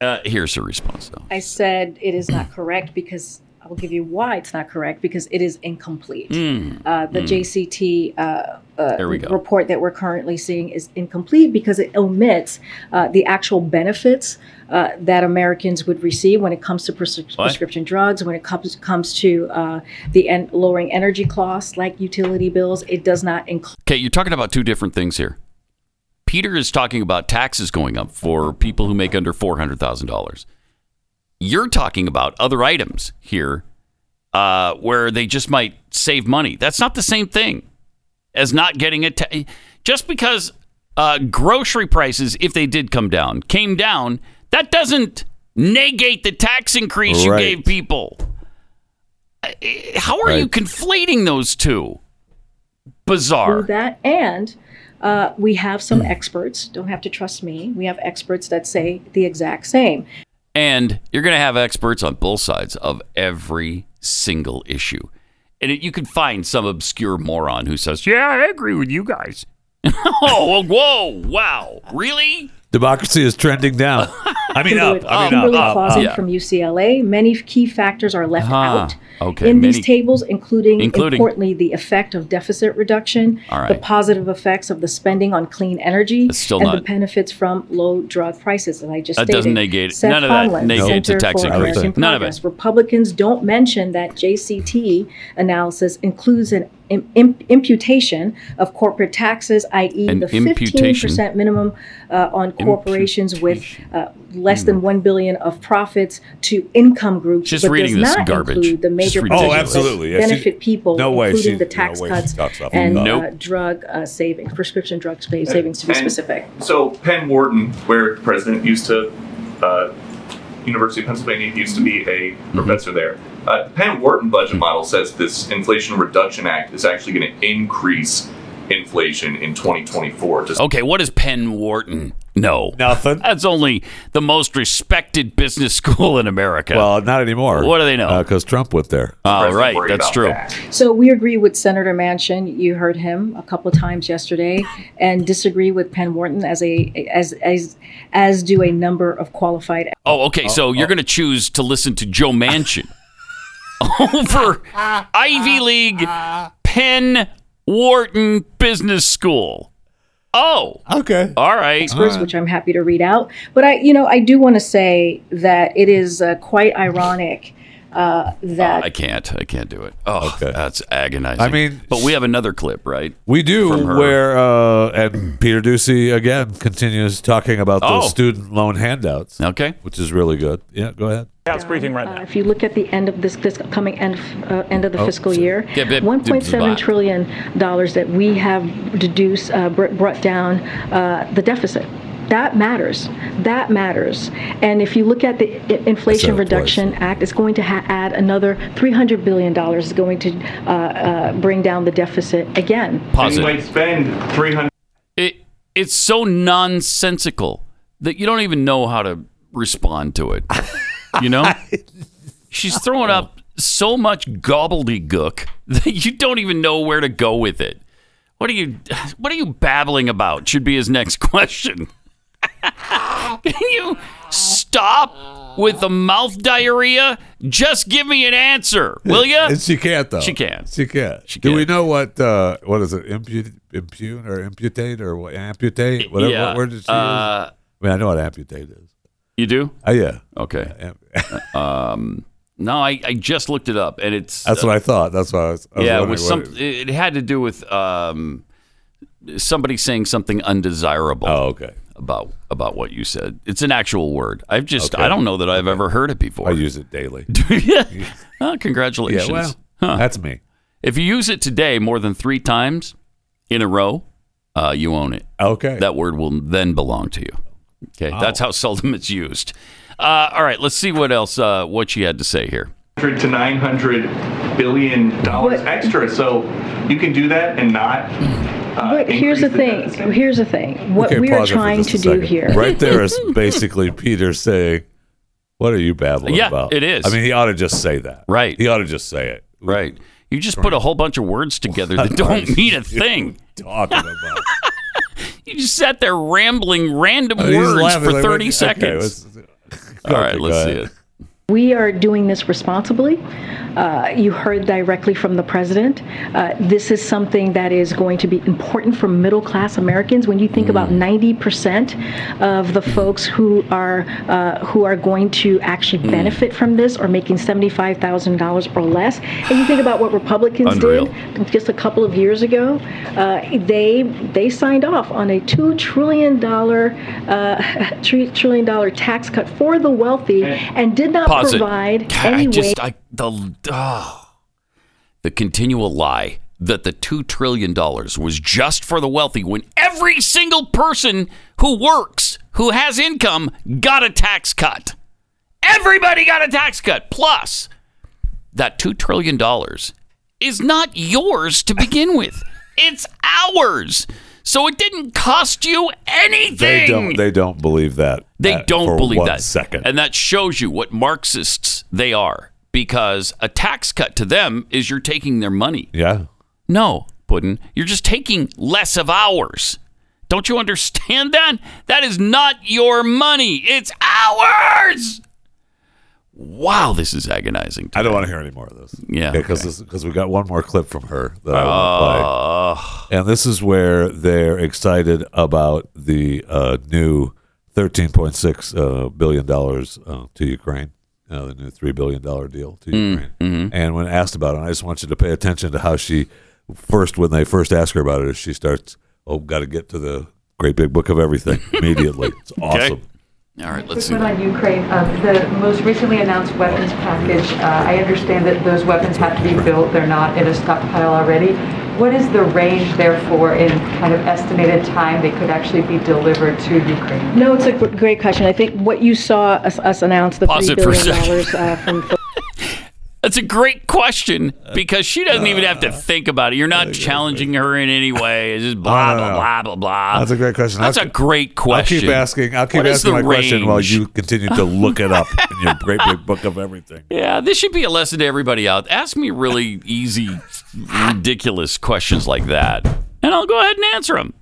S2: Uh, here's her response, though.
S11: I said it is not correct because I will give you why it's not correct because it is incomplete.
S2: Mm.
S11: Uh, the
S2: Mm.
S11: JCT uh,
S2: There we go.
S11: uh, report that we're currently seeing is incomplete because it omits uh, the actual benefits uh, that Americans would receive when it comes to pres-
S13: What?
S11: prescription drugs, when it comes comes to uh, the en- lowering energy costs like utility bills. It does not include.
S2: Okay, you're talking about two different things here. Peter is talking about taxes going up for people who make under four hundred thousand dollars. You're talking about other items here, uh, where they just might save money. That's not the same thing as not getting it. Ta- just because uh, grocery prices, if they did come down, came down, that doesn't negate the tax increase you
S3: Right.
S2: gave people. Uh, How are you conflating those two? Bizarre.
S11: do that. And uh, we have some experts, don't have to trust me, we have experts that say the exact same.
S2: And you're going to have experts on both sides of every single issue. And it, you can find some obscure moron who says, Yeah, I agree with you guys. [LAUGHS] oh, well, whoa, wow. Really?
S3: Democracy is trending
S2: [LAUGHS]
S3: down. I mean, up.
S11: Kimberly-
S3: I mean, up.
S11: Kimberly
S3: up,
S11: Clausen
S3: up.
S11: from UCLA, many key factors are
S3: Uh-huh.
S11: left
S2: Ah,
S11: out
S2: okay,
S11: in
S2: many-
S11: these tables, including,
S2: Including-
S11: importantly the effect of deficit reduction,
S2: All right.
S11: the positive effects of the spending on clean energy,
S2: That's still
S11: and the
S2: not-
S11: benefits from low drug prices. And I just
S2: That
S11: stated.
S2: doesn't negate-
S11: Seth
S2: none of that
S11: Conlin,
S2: negates the
S11: Center
S2: tax
S11: for
S2: increase.
S11: American
S2: None of it.
S11: Progress. Republicans don't mention that JCT analysis includes an im- im- imputation of corporate taxes, i.e.,
S2: An
S11: the
S2: imputation.
S11: 15% minimum uh, on corporations with uh, less than 1 billion of profits to income groups
S2: Just
S11: but
S2: reading
S11: does
S2: this
S11: not
S2: garbage.
S11: include the
S2: Just
S11: major
S2: ridiculous.
S11: programs
S2: Oh,
S11: that
S2: absolutely. Yeah, she-
S11: benefit people
S2: no way
S11: including
S2: she-
S11: the
S2: no
S11: tax
S2: way she
S11: cuts
S2: talks off.
S11: and uh,
S2: Nope.
S11: drug uh, savings prescription drug save savings to be
S10: And-
S11: specific
S10: So Penn Wharton, where the president used to, uh, University of Pennsylvania used to be a professor there. Uh, the Penn Wharton budget model says this Inflation Reduction Act is actually going to increase inflation in 2024. Just
S2: Okay, what is Penn Wharton? No.
S3: Nothing.
S2: That's only the most respected business [LAUGHS] school in America.
S3: Well, not anymore.
S2: What do they know?
S3: Because Trump went there.
S2: Oh, right.
S3: worried
S2: That's
S3: about
S2: true.
S11: so we agree with senator manchin you heard him a couple of times yesterday and disagree with penn wharton as a as as as do a number of qualified
S2: Oh, okay.
S3: Uh,
S2: So you're going to choose to listen to Joe Manchin [LAUGHS] over Ivy League Penn Wharton Business School. Oh,
S3: okay.
S2: All right.
S11: experts, which I'm happy to read out. But I, you know, I do want to say that it is uh, quite ironic uh, that
S2: I can't. I can't do it. Oh, that's agonizing.
S3: I mean-
S2: but we have another clip, right?
S3: We do
S2: From her.
S3: where uh, and Peter Ducey again continues talking about
S2: Oh.
S3: those student loan handouts.
S2: Okay,
S3: which is really good. Yeah, go ahead.
S13: House briefing right now.
S11: Uh, If you look at the end of this, this coming end, f- uh, end of the
S3: Oh,
S11: fiscal year,
S13: Yeah, babe,
S11: $1.7
S13: divide.
S11: trillion dollars that we have deduced, uh, br- brought down uh, the deficit. That matters. That matters. And if you look at the I- Inflation
S14: That's out of place.
S11: Reduction Act, it's going to ha- add another $300 billion is going to uh, uh, bring down the deficit again.
S2: Pause
S10: You
S2: it.
S10: might spend 300
S2: It it's so nonsensical that you don't even know how to respond to it.
S3: [LAUGHS]
S2: You know, she's throwing up so much gobbledygook that you don't even know where to go with it. What are you What are you babbling about? Should be his next question. [LAUGHS] Can you stop with the mouth diarrhea? Just give me an answer, will you?
S3: And she can't though.
S2: She can't.
S3: She can't. Do we know what uh, what is it? Impute, impugn or imputate or what, amputate? Whatever.
S2: yeah,
S3: What word did she
S2: uh,
S3: use? I mean, I know what amputate is.
S2: You do?
S3: Oh yeah.
S2: Okay.
S3: [LAUGHS]
S2: um, no, I, I just looked it up, and it's
S3: That's what I thought. That's what I was. I was
S2: yeah, it
S3: wondering
S2: was
S3: what
S2: some. It had to do with um, somebody saying something undesirable. Oh,
S3: okay.
S2: About about what you said. It's an actual word. I've just.
S3: Okay.
S2: I don't know that I've ever heard it before. I
S3: use it
S2: [LAUGHS]
S3: daily.
S2: oh, congratulations.
S3: Yeah, well,
S2: that's
S3: me.
S2: If you use it today more than three times in a row, uh, you own it.
S3: Okay.
S2: That word will then belong to you. Okay. That's how seldom it's used. Uh, all right. Let's see what else. Uh, what she had to say here.
S10: to 900 billion dollars extra. So you can do that and not. Uh,
S11: But here's the thing. Here's the thing. What
S3: Okay,
S11: we are
S3: pause it for
S11: trying
S3: just a
S11: to do
S3: second.
S11: here.
S3: Right
S11: [LAUGHS]
S3: there is basically Peter saying, "What are you babbling
S2: Yeah,
S3: about?"
S2: it is.
S3: I mean, he ought to just say that.
S2: Right.
S3: He ought to just say it.
S2: Right. You just put a whole bunch of words together that
S3: What [LAUGHS]
S2: don't
S3: are
S2: mean a
S3: you
S2: thing.
S3: Talking about.
S2: You just sat there rambling random
S3: I mean, Oh, he's
S2: [LAUGHS] words
S3: laughing,
S2: for
S3: like,
S2: 30
S3: okay,
S2: seconds.
S3: [LAUGHS]
S2: All right, let's see it.
S11: We are doing this responsibly. Uh, you heard directly from the president. Uh, this is something that is going to be important for middle class Americans. When you think about 90% of the folks who are uh, who are going to actually benefit from this are making $75,000 or less, and you think about what Republicans
S2: Unreal.
S11: did just a couple of years ago, uh, they they signed off on a two trillion dollar uh, [LAUGHS] three trillion dollar tax cut for the wealthy, and did not
S2: Pause it.
S11: provide
S2: God,
S11: any
S2: I
S11: way.
S2: just, I, the, oh, the continual lie that the $2 trillion was just for the wealthy when every single person who works, who has income, got a tax cut. Everybody got a tax cut. Plus, that $2 trillion is not yours to begin with, it's ours. So it didn't cost you anything.
S3: They don't. They don't believe that.
S2: They
S3: at-
S2: don't
S3: for
S2: believe
S3: one
S2: that.
S3: Second.
S2: And that shows you what Marxists they are because a tax cut to them is you're taking their money.
S3: Yeah.
S2: No, Putin, you're just taking less of ours. Don't you understand that? That is not your money. It's ours. Wow, this is agonizing.
S3: I don't want to hear any more of this.
S2: Yeah,
S3: because because we got one more clip from her that I want to
S2: Ah.
S3: play, and this is where they're excited about the uh, new thirteen point six uh, billion dollars uh, to Ukraine, uh, the new three billion dollar deal to
S15: Mm,
S3: Ukraine.
S2: mm-hmm.
S3: And when asked about it, I just want you to pay attention to how she first when they first ask her about it, she starts, "Oh, got to get to the great big book of
S2: [LAUGHS]
S3: everything immediately." It's awesome.
S2: All right,
S16: Quick one on Ukraine. Um, The most recently announced weapons package, uh, I understand that those weapons have to be built, they're not in a stockpile already. What is the range, therefore, in kind of estimated time they could actually be delivered to Ukraine?
S11: No, it's a gr- great question. I think what you saw us, us announce the
S2: Pause
S11: three
S2: it for a
S11: billion dollars
S2: second.
S11: uh, from.
S2: [LAUGHS] That's a great question because she doesn't even have
S3: Uh,
S2: to think about it. You're not challenging her in any
S3: [LAUGHS]
S2: way. It's just blah,
S3: No, no, no.
S2: blah, blah, blah, blah.
S3: Oh, That's a great question.
S2: That's
S3: I'll-
S2: a great question.
S3: I'll keep asking. I'll keep
S2: What is
S3: asking my
S2: the
S3: question while
S2: range?
S3: you continue to look it up in your great big book of everything.
S2: Yeah, this should be a lesson to everybody out. Ask me really easy, ridiculous questions like that, [LAUGHS] and I'll go ahead and answer them.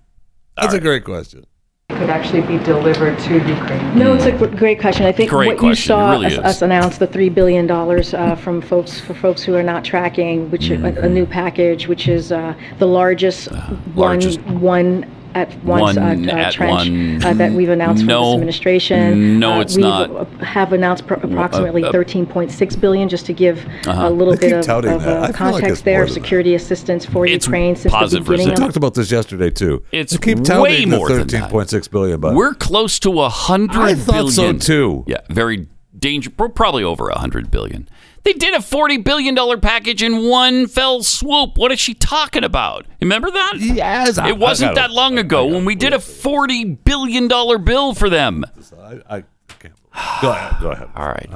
S3: That's a great question.
S16: Could actually be delivered to Ukraine?
S11: No, it's a gr- great question. I think
S2: Great
S11: what you
S2: question. It
S11: saw
S2: really
S11: us,
S2: is.
S11: us announce the three billion dollars uh, from folks for folks who are not
S2: Mm.
S11: tracking, which a, a new package, which is uh, the largest,
S2: Ah, largest.
S11: one one at once
S2: One
S11: uh, uh,
S2: at
S11: trench
S2: one.
S11: uh, that we've announced for
S2: No.
S11: this administration.
S2: No,
S11: Uh,
S2: it's
S11: we
S2: not.
S11: have announced pro- approximately
S2: uh,
S11: 13.6 billion, just to give
S2: Uh-huh.
S11: a little
S3: They keep
S11: bit of,
S3: touting
S11: of
S3: that. I feel
S11: uh,
S3: like it's
S11: context
S3: more
S11: there.
S3: than
S11: Security assistance for Ukraine since the
S2: positive
S11: beginning
S3: We
S11: of
S3: talked about this yesterday too.
S2: It's
S3: You keep
S2: way
S3: touting
S2: more
S3: the
S2: than that.
S3: thirteen point six billion, but
S2: We're close to a hundred.
S3: I thought so,
S2: too. Yeah, very dangerous. We're probably over a hundred billion. They did a forty billion dollar package in one fell swoop. What is she talking about? Remember that? Yes,
S3: I-
S2: it wasn't
S3: I got it.
S2: that long ago when we did a forty billion dollar bill for them.
S3: I, I can't. Go ahead. Oh, Go ahead.
S2: All right.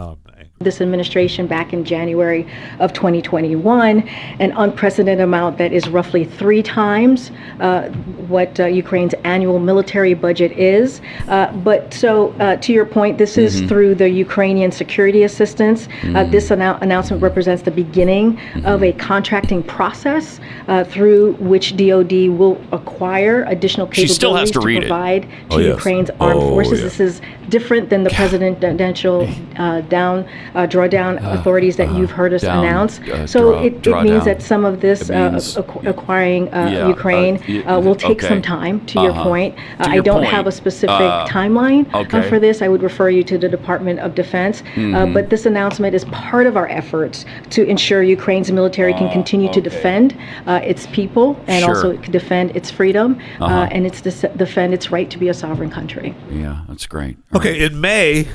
S11: this administration back in January of 2021, an unprecedented amount that is roughly three times uh, what uh, Ukraine's annual military budget is. Uh, but so, uh, to your point, this is
S2: Mm-hmm.
S13: Mhm.
S11: through the Ukrainian security assistance. Uh, this annou- announcement represents the beginning
S2: Mm-hmm.
S11: of a contracting process uh, through which DoD will acquire additional
S2: She
S11: capabilities
S2: still has to read it.
S11: provide to
S2: Oh, yes.
S11: Ukraine's armed
S2: Oh,
S11: forces.
S2: yeah.
S11: This is different than the presidential uh, down uh, drawdown authorities that you've heard us
S13: uh, down,
S11: announce.
S13: uh,
S11: so
S13: draw-
S11: it, it
S13: drawdown.
S11: means that some of this
S13: It
S11: uh,
S13: means-
S11: acqu- acquiring uh,
S13: Yeah, uh,
S11: Ukraine
S13: y-
S11: uh, will take
S13: okay.
S11: some time. To your
S13: Uh-huh.
S11: point, Uh,
S13: To
S11: I
S13: your
S11: don't
S13: point,
S11: have a specific
S13: uh,
S11: timeline uh,
S13: okay.
S11: for this. I would refer you to the Department of Defense. Uh,
S13: Mhm.
S11: but this announcement is part of our efforts to ensure Ukraine's military can
S13: Ah,
S11: continue to
S13: okay.
S11: defend uh, its people and
S2: Sure.
S11: also it can defend its freedom
S2: Uh-huh.
S11: uh, and its def- defend its right to be a sovereign country.
S2: Yeah, that's great.
S3: Okay, in May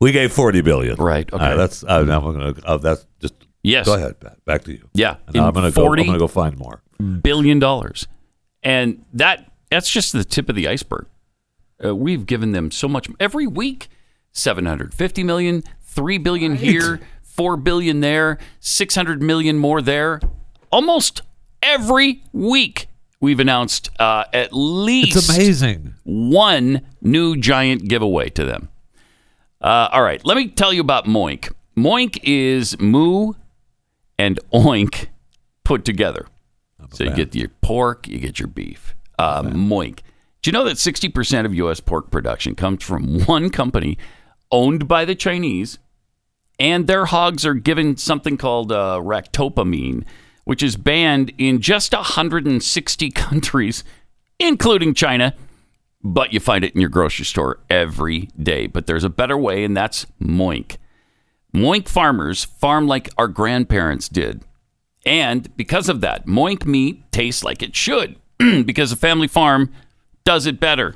S3: we gave forty billion.
S2: Right. Okay.
S3: that's uh, now I'm gonna. Uh, that's just
S2: Yes.
S3: Go ahead. Pat. Back to you.
S2: Yeah,
S3: And I'm
S2: in
S3: gonna go. I'm
S2: 40
S3: gonna go find more.
S2: billion dollars, and that that's just the tip of the iceberg. Uh, we've given them so much every week: 750 million, 3 billion here, 4 billion there, 600 million more there. Almost every week, we've announced uh, at least
S3: amazing.
S2: one new giant giveaway to them. Uh, all right, let me tell you about Moink. Moink is moo and oink put together. So you get your pork, you get your beef. Uh, moink. Do you know that 60% of U.S. pork production comes from one company owned by the Chinese, and their hogs are given something called uh, ractopamine, which is banned in just 160 countries, including China but you find it in your grocery store every day. But there's a better way, and that's Moink. Moink farmers farm like our grandparents did. And because of that, Moink meat tastes like it should [CLEARS THROAT] because a family farm does it better.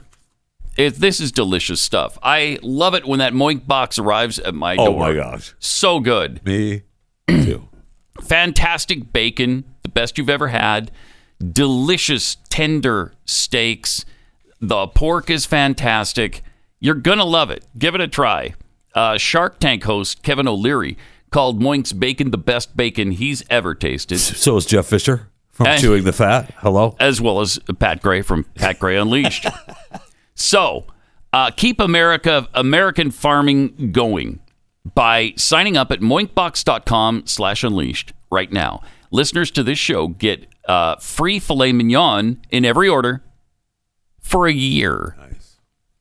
S2: It, this is delicious stuff. I love it when that Moink box arrives at my
S3: Oh,
S2: door.
S3: my gosh.
S2: So good.
S3: Me
S2: Fantastic bacon, the best you've ever had. Delicious, tender steaks. The pork is fantastic. You're going to love it. Give it a try. Uh, Shark Tank host Kevin O'Leary called Moink's bacon the best bacon he's ever tasted.
S3: So is Jeff Fisher from
S2: Hey.
S3: Chewing the Fat. Hello.
S2: As well as Pat Gray from Pat Gray Unleashed. so uh, keep America American farming going by signing up at moinkbox.com slash unleashed right now. Listeners to this show get uh, free filet mignon in every order for a year.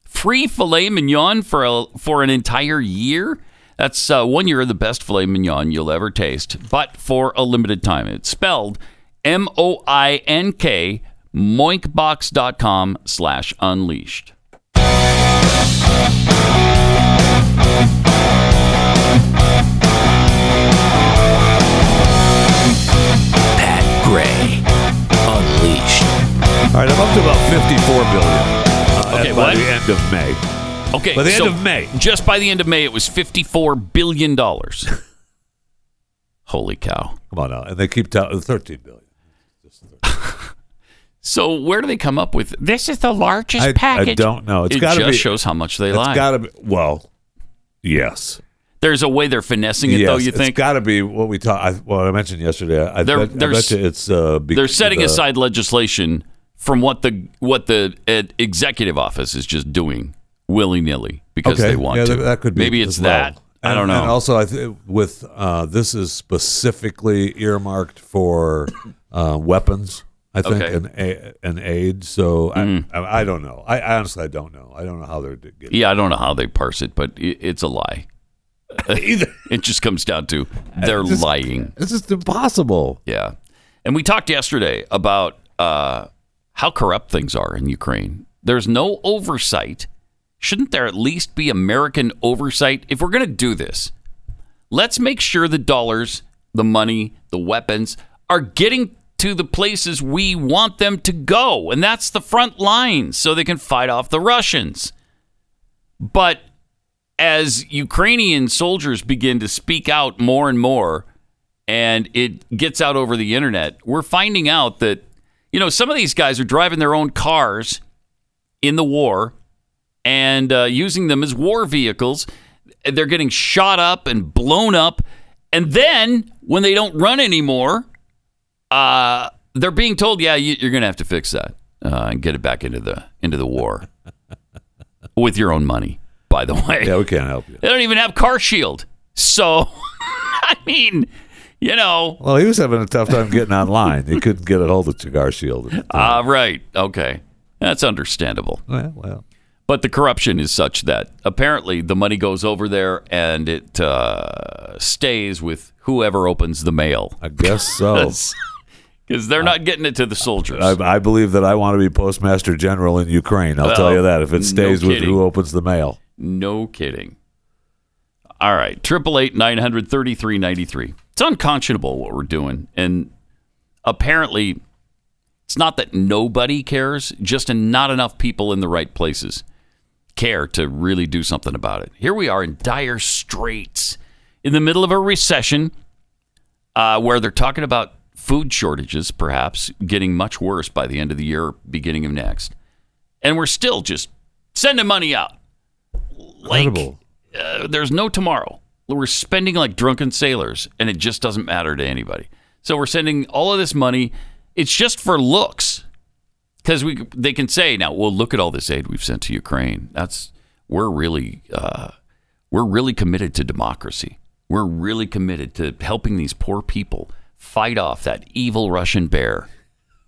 S2: Free filet mignon for a, for an entire year. That's uh, one year of the best filet mignon you'll ever taste, but for a limited time. It's spelled M O I N K moinkbox.com slash unleashed.
S12: Pat Gray Unleashed.
S3: All right, I'm up to about fifty-four billion. Uh,
S2: Okay,
S3: at- by
S2: what?
S3: the end of May.
S2: Okay,
S3: By the end
S2: so
S3: of May.
S2: Just by the end of May, it was fifty-four
S3: [LAUGHS]
S2: billion dollars. Holy cow!
S3: Come on now, and they keep telling thirteen billion.
S2: So where do they come up with this? Is the largest package?
S3: I don't know. It's
S2: it
S3: gotta
S2: just
S3: be-
S2: shows how much they
S3: It's
S2: lie.
S3: got to be well. Yes.
S2: There's a way they're finessing it, though.
S3: Yes,
S2: You think
S3: it's got to be what we talked? I, what I mentioned yesterday. I,
S2: They're-
S3: bet, I
S2: they're
S3: bet
S2: s-
S3: you it's uh, be-
S2: they're setting
S3: the-
S2: aside legislation from what the what the uh, executive office is just doing willy nilly because
S3: Okay,
S2: they want
S3: yeah,
S2: to.
S3: that- That could be.
S2: Maybe
S3: as
S2: it's
S3: well.
S2: that. I
S3: And-
S2: don't know.
S3: And also, I th- with uh, this is specifically earmarked for uh, weapons. I think
S2: Okay. Mm.
S3: and a- an aid. So I, I, I don't know. I, I honestly I don't know. I don't know how they're d- getting.
S2: Yeah, I don't know how they parse it, but i it's
S3: [LAUGHS]
S2: a lie. it just comes down to they're
S3: It's just-
S2: lying.
S3: It's just impossible.
S2: Yeah, and we talked yesterday about uh, how corrupt things are in Ukraine. There's no oversight. Shouldn't there at least be American oversight? If we're going to do this, let's make sure the dollars, the money, the weapons are getting to the places we want them to go. And that's the front lines so they can fight off the Russians. But as Ukrainian soldiers begin to speak out more and more, and it gets out over the internet, we're finding out that, you know, some of these guys are driving their own cars in the war and uh, using them as war vehicles. They're getting shot up and blown up. And then when they don't run anymore, uh, they're being told, yeah, you, you're going to have to fix that uh, and get it back into the into
S3: [LAUGHS]
S2: the war with your own money, by the way.
S3: Yeah, we can't help you.
S2: They don't even have car shield. So, [LAUGHS] I mean, you know.
S3: Well, he was having a tough time getting online. he couldn't get a hold of Cigar Shield.
S2: Ah, right. Okay. That's understandable.
S3: Well, well.
S2: But the corruption is such that apparently the money goes over there and it uh, stays with whoever opens the mail.
S3: I guess
S2: [LAUGHS]
S3: so.
S2: Because they're not getting it to the soldiers.
S3: I, I believe that I want to be Postmaster General in Ukraine. I'll tell
S2: Well,
S3: you that if
S2: no
S3: it stays with
S2: kidding.
S3: who opens the mail.
S2: No kidding. All right, triple eight nine hundred thirty three ninety three. It's unconscionable what we're doing, and apparently, it's not that nobody cares, just not enough people in the right places care to really do something about it. Here we are in dire straits, in the middle of a recession, uh, where they're talking about food shortages, perhaps getting much worse by the end of the year, beginning of next, and we're still just sending money out like uh, there's no tomorrow. We're spending like drunken sailors, and it just doesn't matter to anybody. So we're sending all of this money. It's just for looks, because we they can say now, well, look at all this aid we've sent to Ukraine. That's we're really uh, we're really committed to democracy. We're really committed to helping these poor people fight off that evil Russian bear.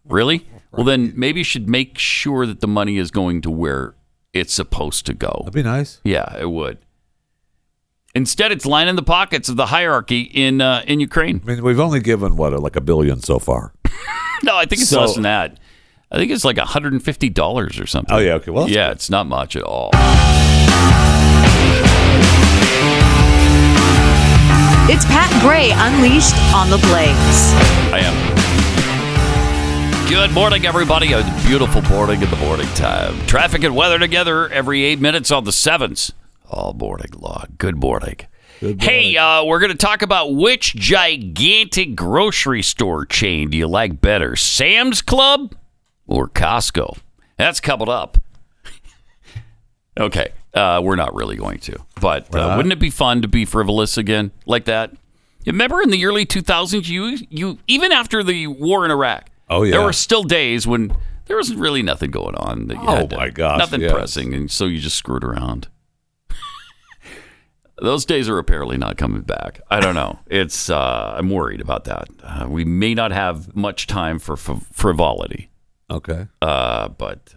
S2: Really? Well, then maybe you should make sure that the money is going to where it's supposed to go. That'd
S3: be nice.
S2: Yeah, it would. Instead, it's lining the pockets of the hierarchy in uh, in Ukraine. [LAUGHS]
S3: I mean, we've only given what uh, like a billion so far.
S2: No, I think it's
S3: So-
S2: less than that. I think it's like hundred and fifty dollars or something.
S3: Oh, yeah, okay, well, that's
S2: yeah, it's not much at all.
S13: It's Pat Gray unleashed on the Blaze.
S2: I am. Good morning, everybody. A beautiful morning in the morning time. Traffic and weather together every eight minutes on the sevens. All morning long. Good morning. Hey, uh, we're going to talk about which gigantic grocery store chain do you like better, Sam's Club or Costco? That's coupled up. okay, uh, we're not really going to, but uh,
S12: not?
S2: wouldn't it be fun to be frivolous again like that? Remember in the early 2000s, you you even after the war in Iraq,
S3: Oh, yeah.
S2: there were still days when there was really nothing going on. That you
S3: Oh,
S2: had to-
S3: my gosh,
S2: nothing
S3: yes.
S2: pressing, and so you just screwed around. [LAUGHS] Those days are apparently not coming back. I don't know. It's uh, I'm worried about that. Uh, we may not have much time for f- frivolity.
S3: Okay.
S2: Uh, but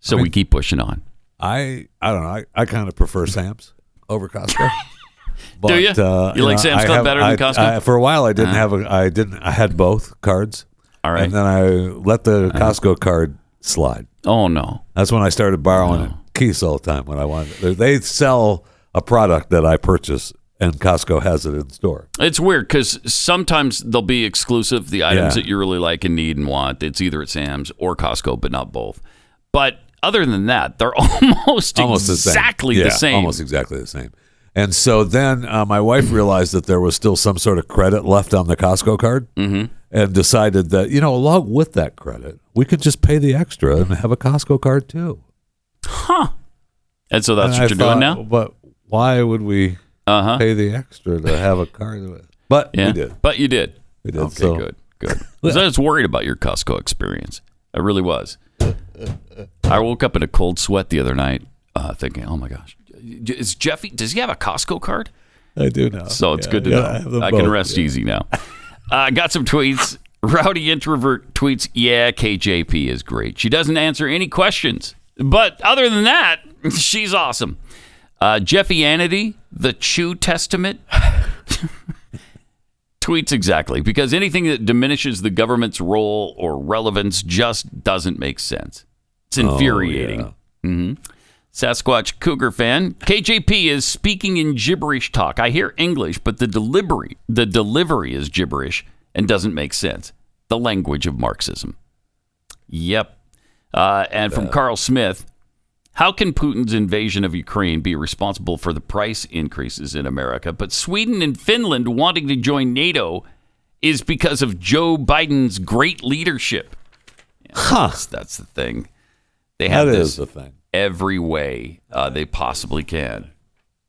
S2: so
S3: I mean-
S2: we keep pushing on.
S3: I I don't know. I, I kind of prefer Sam's over Costco.
S2: [LAUGHS]
S3: uh,
S2: Do you? You like Sam's
S3: I
S2: Club better than
S3: I-
S2: Costco?
S3: I- for a while, I didn't
S2: Uh-huh.
S3: have a. I didn't. I had both cards.
S2: All right. Uh-huh.
S3: And then I let the Costco card slide.
S2: Oh no.
S3: That's when I started borrowing it. Keys all the time when I wanted. They, they sell a product that I purchase, and Costco has it in store.
S2: It's weird because sometimes they'll be exclusive, the items
S3: Yeah.
S2: that you really like and need and want. It's either at Sam's or Costco, but not both. But other than that, they're [LAUGHS] almost,
S3: Almost the same.
S2: exactly
S3: Yeah,
S2: the same.
S3: Almost exactly the same. And so then uh, my wife realized that there was still some sort of credit left on the Costco card,
S2: Mm-hmm.
S3: and decided that you know, along with that credit, we could just pay the extra and have a Costco card too.
S2: And so
S3: And
S2: that's what
S3: I
S2: you're
S3: thought,
S2: doing now?
S3: But why would we
S2: Uh-huh.
S3: pay the extra to have a card with? But
S2: Yeah.
S3: we did.
S2: But you did.
S3: We did,
S2: Okay,
S3: so-
S2: good.
S3: [LAUGHS]
S2: Good. 'Cause I was worried about your Costco experience. I really was. I woke up in a cold sweat the other night uh, thinking, oh my gosh, is Jeffy, does he have a Costco card?
S3: I do now.
S2: So it's
S3: Yeah,
S2: good to
S3: yeah, I have
S2: know.
S3: them
S2: I, can
S3: both,
S2: rest easy now. Uh, I got some tweets. [LAUGHS] Rowdy introvert tweets, yeah, KJP is great. She doesn't answer any questions. But other than that, [LAUGHS] she's awesome. [LAUGHS] Uh, Jeffianity, the Chew Testament, tweets exactly because anything that diminishes the government's role or relevance just doesn't make sense. It's infuriating. hmm Sasquatch Cougar fan KJP is speaking in gibberish talk. I hear English, but the delivery the delivery is gibberish and doesn't make sense. The language of Marxism. Yep. Uh, and from Carl Smith, how can Putin's invasion of Ukraine be responsible for the price increases in America? But Sweden and Finland wanting to join NATO is because of Joe Biden's great leadership. Huh. That's, that's the thing. They have
S3: That
S2: this
S3: is the thing.
S2: every way uh, they possibly can.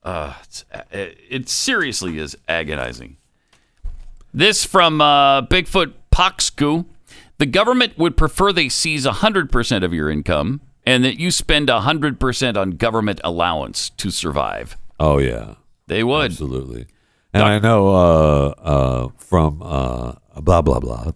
S2: Uh, it's, it, it seriously is agonizing. This from uh, Bigfoot Poxku. The government would prefer they seize 100% of your income and that you spend 100% on government allowance to survive.
S3: Oh yeah,
S2: they would
S3: absolutely. And I know uh, uh, from uh, blah blah blah.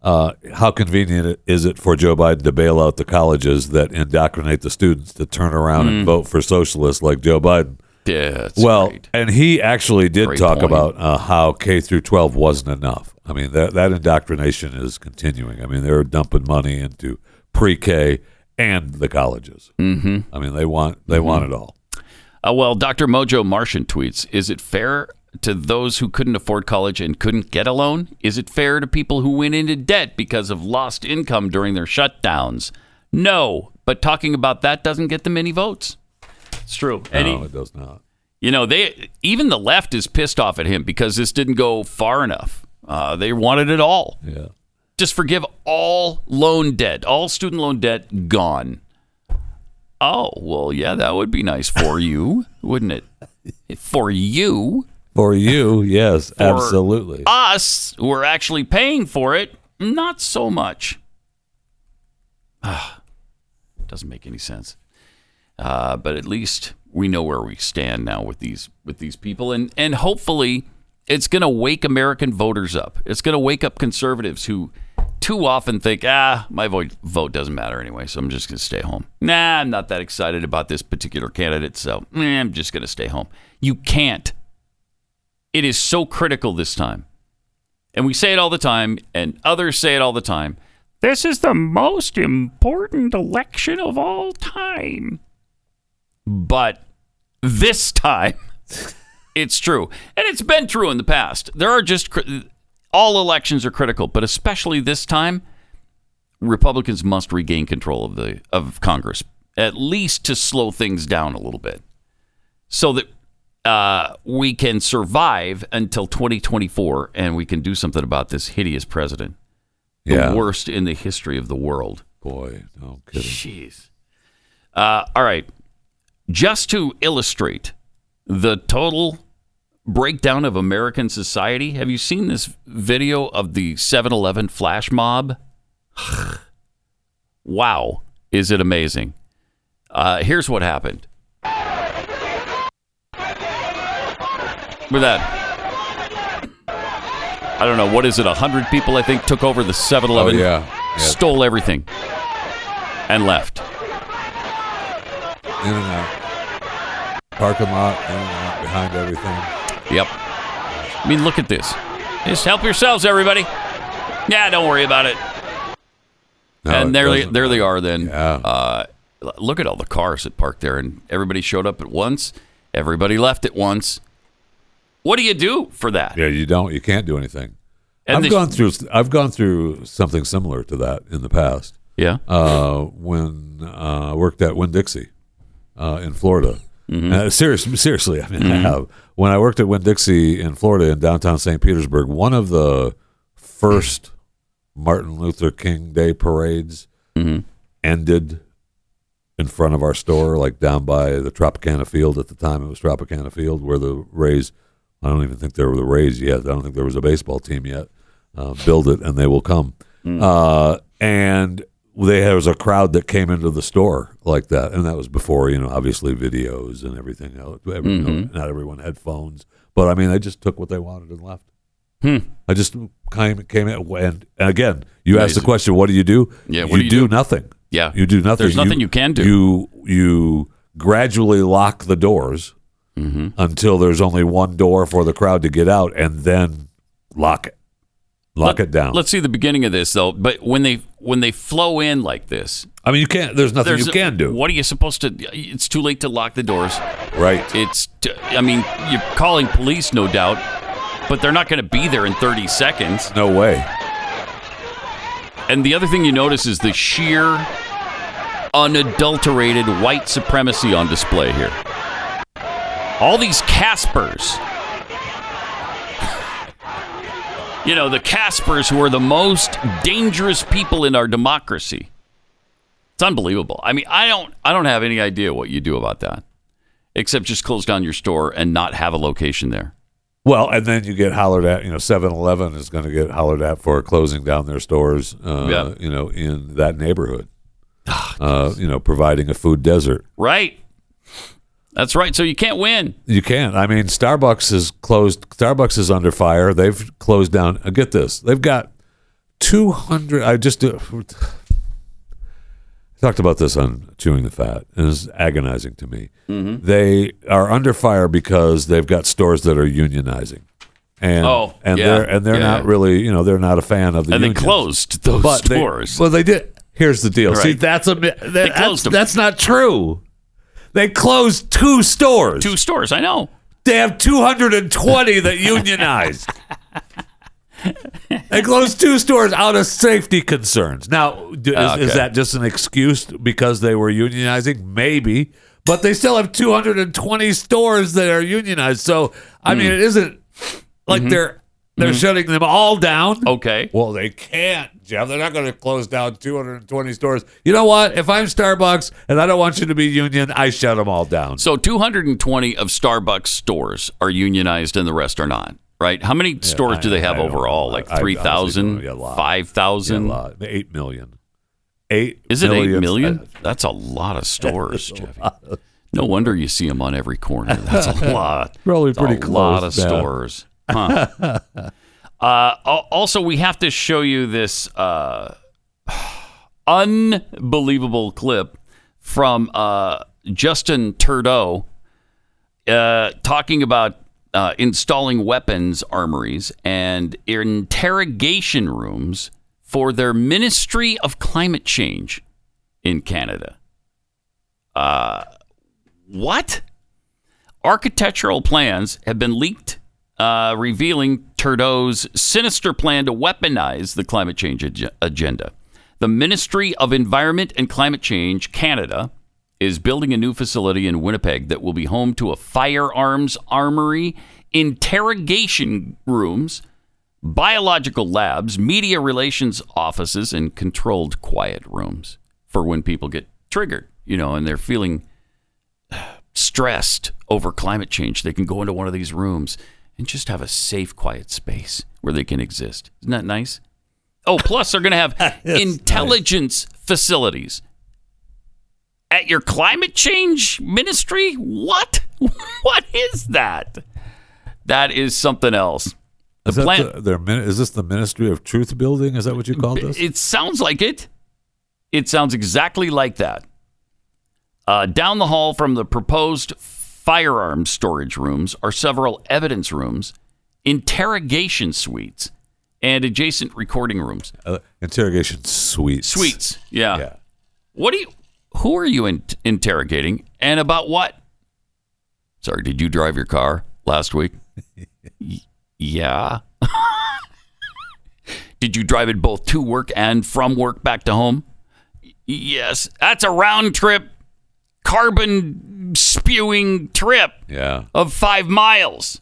S3: Uh, how convenient it- is it for Joe Biden to bail out the colleges that indoctrinate the students to turn around
S2: Mm.
S3: and vote for socialists like Joe Biden?
S2: Yeah. that's
S3: well, and he actually did
S2: Great
S3: talk
S2: point.
S3: about uh, how K through 12 wasn't enough. I mean, that, that indoctrination is continuing. I mean, they're dumping money into pre-K and the colleges.
S2: Mhm.
S3: I mean, they want they want it all.
S2: Uh, well, Dr. Mojo Martian tweets Is it fair to those who couldn't afford college and couldn't get a loan? Is it fair to people who went into debt because of lost income during their shutdowns? No, but talking about that doesn't get them any votes. It's true.
S3: no, it does not.
S2: You know, they even the left is pissed off at him because this didn't go far enough. Uh, they wanted it all.
S3: Yeah.
S2: Just forgive all loan debt, all student loan debt gone. Oh, well, yeah, that would be nice for you, wouldn't it? For you.
S3: For
S2: [LAUGHS]
S3: you, yes,
S2: For
S3: absolutely.
S2: Us, who are actually paying for it, not so much. Ah, doesn't make any sense. Uh, but at least we know where we stand now with these with these people, and and hopefully it's going to wake American voters up. It's going to wake up conservatives who too often think, ah, my vote vote doesn't matter anyway, so I'm just going to stay home. Nah, I'm not that excited about this particular candidate, so eh, I'm just going to stay home. You can't. It is so critical this time. And we say it all the time, and others say it all the time. This is the most important election of all time. But this time, [LAUGHS] it's true. And it's been true in the past. There are just cri- all elections are critical, but especially this time, Republicans must regain control of the of Congress, at least to slow things down a little bit so that uh, we can survive until 2024 and we can do something about this hideous president. The
S3: Yeah.
S2: worst in the history of the world.
S3: Boy, no
S2: kidding. Jeez. Uh, all right. Just to illustrate the total breakdown of American society, have you seen this video of the 7 Eleven flash mob? [SIGHS] wow. Is it amazing? Uh, here's what happened. With that, I don't know, what is it? 100 people, I think, took over the 7 Eleven,
S3: Oh, yeah. Yeah.
S2: stole everything, and left.
S3: In and out. Park 'em out, in and out, behind everything.
S2: Yep. I mean, look at this. Just help yourselves, everybody. Yeah, don't worry about it.
S3: No, Oh, it
S2: and there, they,
S3: doesn't
S2: there they are. Then, uh, l- look at all the cars that parked there, and everybody showed up at once. Everybody left at once. What do you do for that?
S3: Yeah, you don't. You can't do anything.
S2: And
S3: I've
S2: the-
S3: gone through. I've gone through something similar to that in the past.
S2: Yeah.
S3: Uh, when uh, I worked at Winn Dixie uh, in Florida.
S2: Mm-hmm.
S3: Uh, serious, seriously, I mean, [LAUGHS] I
S14: Mhm.
S3: have. When I worked at Winn Dixie in Florida in downtown St. Petersburg, one of the first Martin Luther King Day parades ended in front of our store, like down by the Tropicana Field. At the time, it was Tropicana Field, where the Rays. I don't even think there were the Rays yet. I don't think there was a baseball team yet. Uh, build it, and they will come. Uh, and they there was a crowd that came into the store like that, and that was before you know, obviously videos and everything else. Every- you know,
S2: Mm-hmm.
S14: Mhm.
S3: Not everyone had phones, but I mean, they just took what they wanted and left.
S2: Hmm.
S3: I just came came in, and again, you asked the
S2: Amazing.
S3: question, "What do you do?"
S2: Yeah,
S3: you,
S2: what do you do?
S3: nothing.
S2: Yeah.
S3: you do nothing.
S2: There's nothing you can do.
S3: You you gradually lock the
S2: Mm-hmm.
S3: doors until there's only one door for the crowd to get out, and then Lock it. Lock it down.
S2: Let's see the beginning of this though. But when they when they flow in like this,
S3: I mean, you can't. There's nothing you can do.
S2: What are you supposed to? It's too late to lock the doors.
S3: Right.
S2: It's. T- I mean, you're calling police, no doubt, but they're not going to be there in 30 seconds.
S3: No way.
S2: And the other thing you notice is the sheer, unadulterated white supremacy on display here. All these Caspers. [LAUGHS] you know, the Caspers who are the most dangerous people in our democracy. It's unbelievable. I mean, I don't I don't have any idea what you do about that. Except just close down your store and not have a location there.
S3: Well, and then you get hollered at. You know, 7-Eleven is going to get hollered at for closing down their stores. Uh,
S2: Yeah. Ah,
S3: You know, in that neighborhood. uh, you know, providing a food desert.
S2: Right. That's right. So you can't win.
S3: You can't. I mean, Starbucks is closed. Starbucks is under fire. They've closed down. uh, Get this. They've got 200. I just do. talked about this on Chewing the Fat, and it's agonizing to me.
S2: Mm-hmm.
S14: Mhm.
S3: They are under fire because they've got stores that are unionizing. And,
S2: Oh,
S3: and
S2: yeah,
S3: they're and they're
S2: yeah.
S3: not really you know they're not a fan of the
S2: And they
S3: unions.
S2: closed those
S3: they-
S2: stores.
S3: well, they did. Here's the deal. [LAUGHS]
S2: Right.
S3: See, that's a mi- that, that's,
S2: closed 'em.
S3: that's not true. They closed two stores.
S2: Two stores, I know.
S3: They have 220 that unionized. they closed two stores out of safety concerns. Now, do, is,
S2: Ah, okay.
S3: is that just an excuse because they were unionizing? Maybe, but they still have 220 stores that are unionized. So, I
S2: Hmm.
S3: mean, it isn't like they're they're shutting them all down.
S2: Mm-hmm. Okay.
S3: Well, they can't, Jeff. They're not going to close down 220 stores. You know what? If I'm Starbucks and I don't want you to be union, I shut them all down.
S2: So 220 of Starbucks stores are unionized and the rest are not, right? How many stores do they have overall? Like
S3: I honestly
S2: 3,000,
S3: don't know. Yeah, a lot.
S2: 5,000?
S3: Yeah, a lot. Eight million. Eight.
S2: Is it
S3: million- Uh,
S2: 8 million? That's a lot
S3: [LAUGHS]
S2: of stores, Jeffy. No wonder you see them on every corner. [LAUGHS] That's
S3: [LAUGHS]
S2: a [LAUGHS] lot.
S3: Probably
S2: It's
S3: pretty
S2: a lot of
S3: close, Dad.
S2: stores.
S3: [LAUGHS]
S2: Huh. uh, al- also, we have to show you this uh, [SIGHS] unbelievable clip from uh, Justin Trudeau uh, talking about uh, installing weapons armories and interrogation rooms for their Ministry of Climate Change in Canada. Uh, what? Architectural plans have been leaked, uh, revealing Trudeau's sinister plan to weaponize the climate change ag- agenda. The Ministry of Environment and Climate Change Canada is building a new facility in Winnipeg that will be home to a firearms armory, interrogation rooms, biological labs, media relations offices, and controlled quiet rooms for when people get triggered, you know, and they're feeling stressed over climate change, they can go into one of these rooms and just have a safe, quiet space where they can exist. Isn't that nice? Oh, plus they're going to have intelligence facilities at your climate change ministry. What? [LAUGHS] what is that? That is something else.
S3: Is, that
S2: plan-
S3: the- their min- is this the Ministry of Truth Building? Is that what you called this?
S2: It sounds like it. It sounds exactly like that. Uh, down the hall from the proposed firearms storage rooms are several evidence rooms, interrogation suites, and adjacent recording rooms.
S3: Uh, interrogation suites.
S2: Suites, yeah. What do you? Who are you in- interrogating, and about what? Sorry, did you drive your car last week? Y- yeah. [LAUGHS] did you drive it both to work and from work back to home? Y- yes, that's a round trip, carbon spewing trip
S3: Yeah.
S2: of five miles.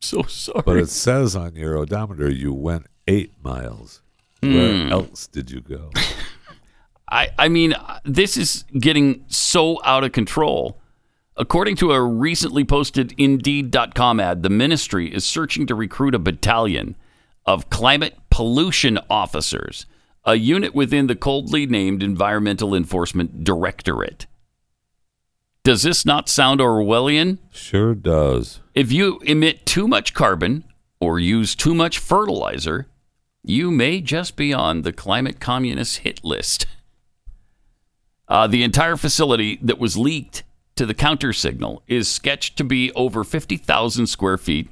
S2: So sorry.
S3: But it says on your odometer you went eight miles.
S2: Hmm.
S3: Where else did you go?
S2: [LAUGHS] I, I mean, this is getting so out of control. According to a recently posted Indeed.com ad, the ministry is searching to recruit a battalion of climate pollution officers, a unit within the coldly named Environmental Enforcement Directorate. Does this not sound Orwellian?
S3: Sure does.
S2: If you emit too much carbon or use too much fertilizer, you may just be on the climate communist hit list. Uh, the entire facility that was leaked to the counter signal is sketched to be over 50,000 square feet.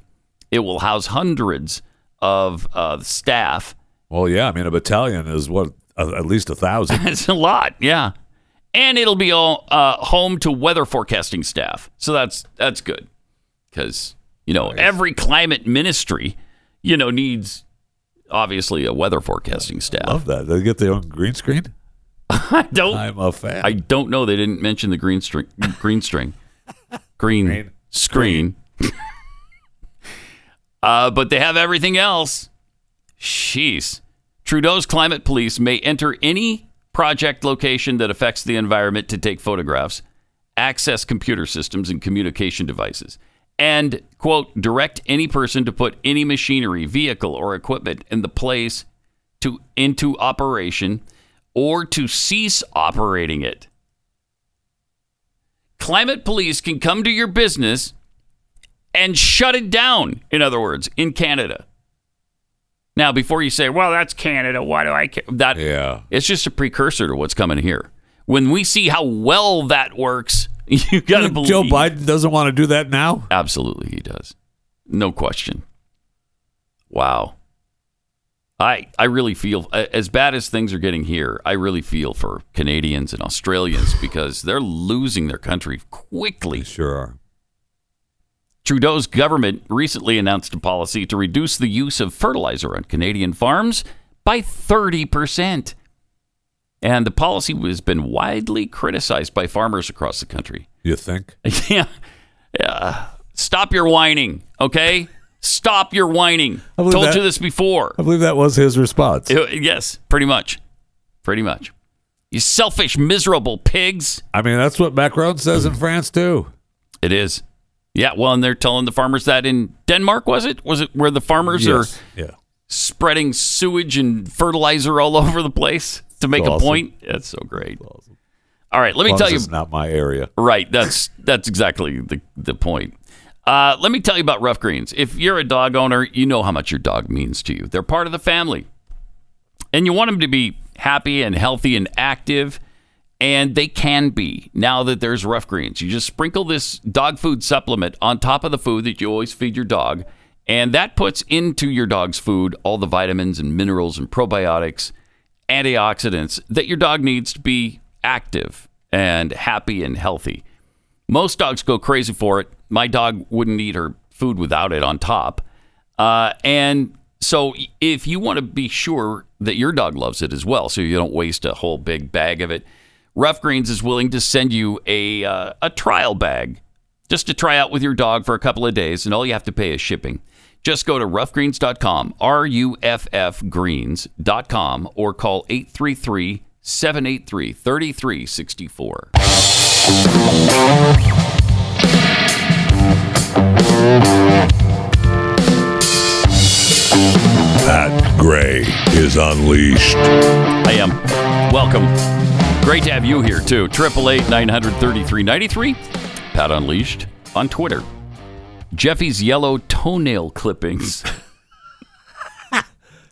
S2: It will house hundreds of uh, staff.
S3: Well, yeah. I mean, a battalion is what a- at least a thousand.
S2: [LAUGHS] it's a lot, yeah. And it'll be all uh, home to weather forecasting staff, so that's that's good because you know every climate ministry, you know, needs obviously a weather forecasting staff.
S3: Love that. They get their own green screen.
S2: I [LAUGHS] don't.
S3: I'm a fan.
S2: I don't know. They didn't mention the green string. Green [LAUGHS] string. Green, screen. [LAUGHS] uh, but they have everything else. Jeez. Trudeau's climate police may enter any project location that affects the environment to take photographs, access computer systems and communication devices, and, quote, direct any person to put any machinery, vehicle, or equipment in the place to into operation or to cease operating it. Climate police can come to your business and shut it down, in other words, in Canada. Now, before you say, well, that's Canada, why do I care? That, yeah. It's just a precursor to what's coming here. When we see how well that works, [LAUGHS] you got to
S3: [LAUGHS]
S2: believe.
S3: Joe Biden doesn't want to do that now.
S2: Absolutely, he does. No question. Wow. I I really feel as bad as things are getting here. I really feel for Canadians and Australians because they're losing their country quickly.
S3: sure are.
S2: Trudeau's government recently announced a policy to reduce the use of fertilizer on Canadian farms by 30%. And the policy has been widely criticized by farmers across the country.
S3: You think?
S2: [LAUGHS] yeah. yeah. Stop your whining, okay? Stop your whining.
S3: I believe
S2: Told
S3: that-
S2: you this before.
S3: I believe that was his response.
S2: Uh, Yes, pretty much. Pretty much. You selfish, miserable pigs.
S3: I mean, that's what Macron says in France too.
S2: It is. Yeah, well, and they're telling the farmers that in Denmark, was it? Was it where the farmers
S3: Yes,
S2: are
S3: yeah.
S2: spreading sewage and fertilizer all [LAUGHS] over the place to make
S3: awesome.
S2: a point? That's so great. All right, let
S3: As
S2: me
S3: long
S2: tell
S3: as
S2: you.
S3: it's not my area.
S2: Right. That's that's exactly the the point. Uh, let me tell you about rough greens. If you're a dog owner, you know how much your dog means to you. They're part of the family, and you want them to be happy and healthy and active, and they can be now that there's rough greens. You just sprinkle this dog food supplement on top of the food that you always feed your dog, and that puts into your dog's food all the vitamins and minerals and probiotics antioxidants that your dog needs to be active and happy and healthy. Most dogs go crazy for it. My dog wouldn't eat her food without it on top. Uh, and so, if you want to be sure that your dog loves it as well, so you don't waste a whole big bag of it, Rough Greens is willing to send you a uh, a trial bag just to try out with your dog for a couple of days, and all you have to pay is shipping. Just go to roughgreens.com, R U F F greens.com, or call 833 783 3364.
S3: Pat Gray is unleashed.
S2: I am. Welcome. Great to have you here, too. 888 933 Pat Unleashed on Twitter. Jeffy's yellow
S3: [LAUGHS]
S2: toenail clippings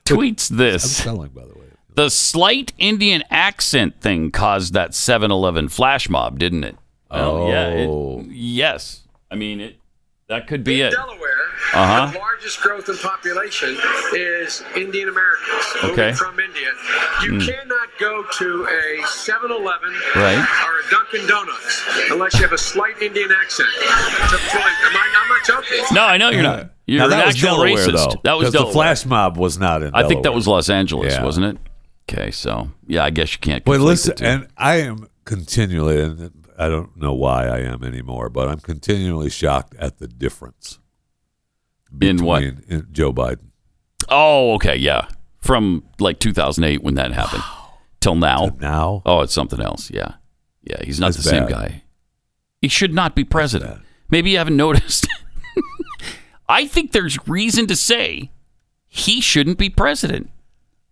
S2: tweets this.
S3: Selling, by the way.
S2: The slight Indian accent thing caused that 7 Eleven flash mob, didn't it? Well, yeah. it-
S3: Oh.
S2: yes. I mean, it. that could be it.
S14: Delaware,
S2: Uh-huh.
S14: the largest growth in population is Indian Americans moving
S2: Okay.
S14: from India. You
S2: Mm.
S14: cannot go to a 7-Eleven
S2: Right.
S14: or a Dunkin' Donuts unless you have a slight Indian accent. It's a point. Am I, I'm not joking.
S2: No, I know you're not.
S3: [LAUGHS]
S2: You're
S3: now,
S2: an
S3: that was
S2: actual
S3: Delaware,
S2: racist.
S3: Though,
S2: That was
S3: 'cause
S2: Delaware.
S3: the flash mob was not in.
S2: I think that was Los Angeles,
S3: Yeah.
S2: wasn't it? Okay, so yeah, I guess you can't.
S3: Wait,
S2: conflate
S3: listen,
S2: the two.
S3: and I am continually, and I don't know why I am anymore, but I'm continually shocked at the difference
S2: In what?
S3: between in Joe Biden.
S2: Oh, okay, yeah. From like 2008 when that happened till now.
S3: now.
S2: Oh, it's something else. Yeah, yeah. He's not
S3: That's
S2: the same
S3: bad.
S2: guy. He should not be president. Maybe you haven't noticed. [LAUGHS] I think there's reason to say he shouldn't be president.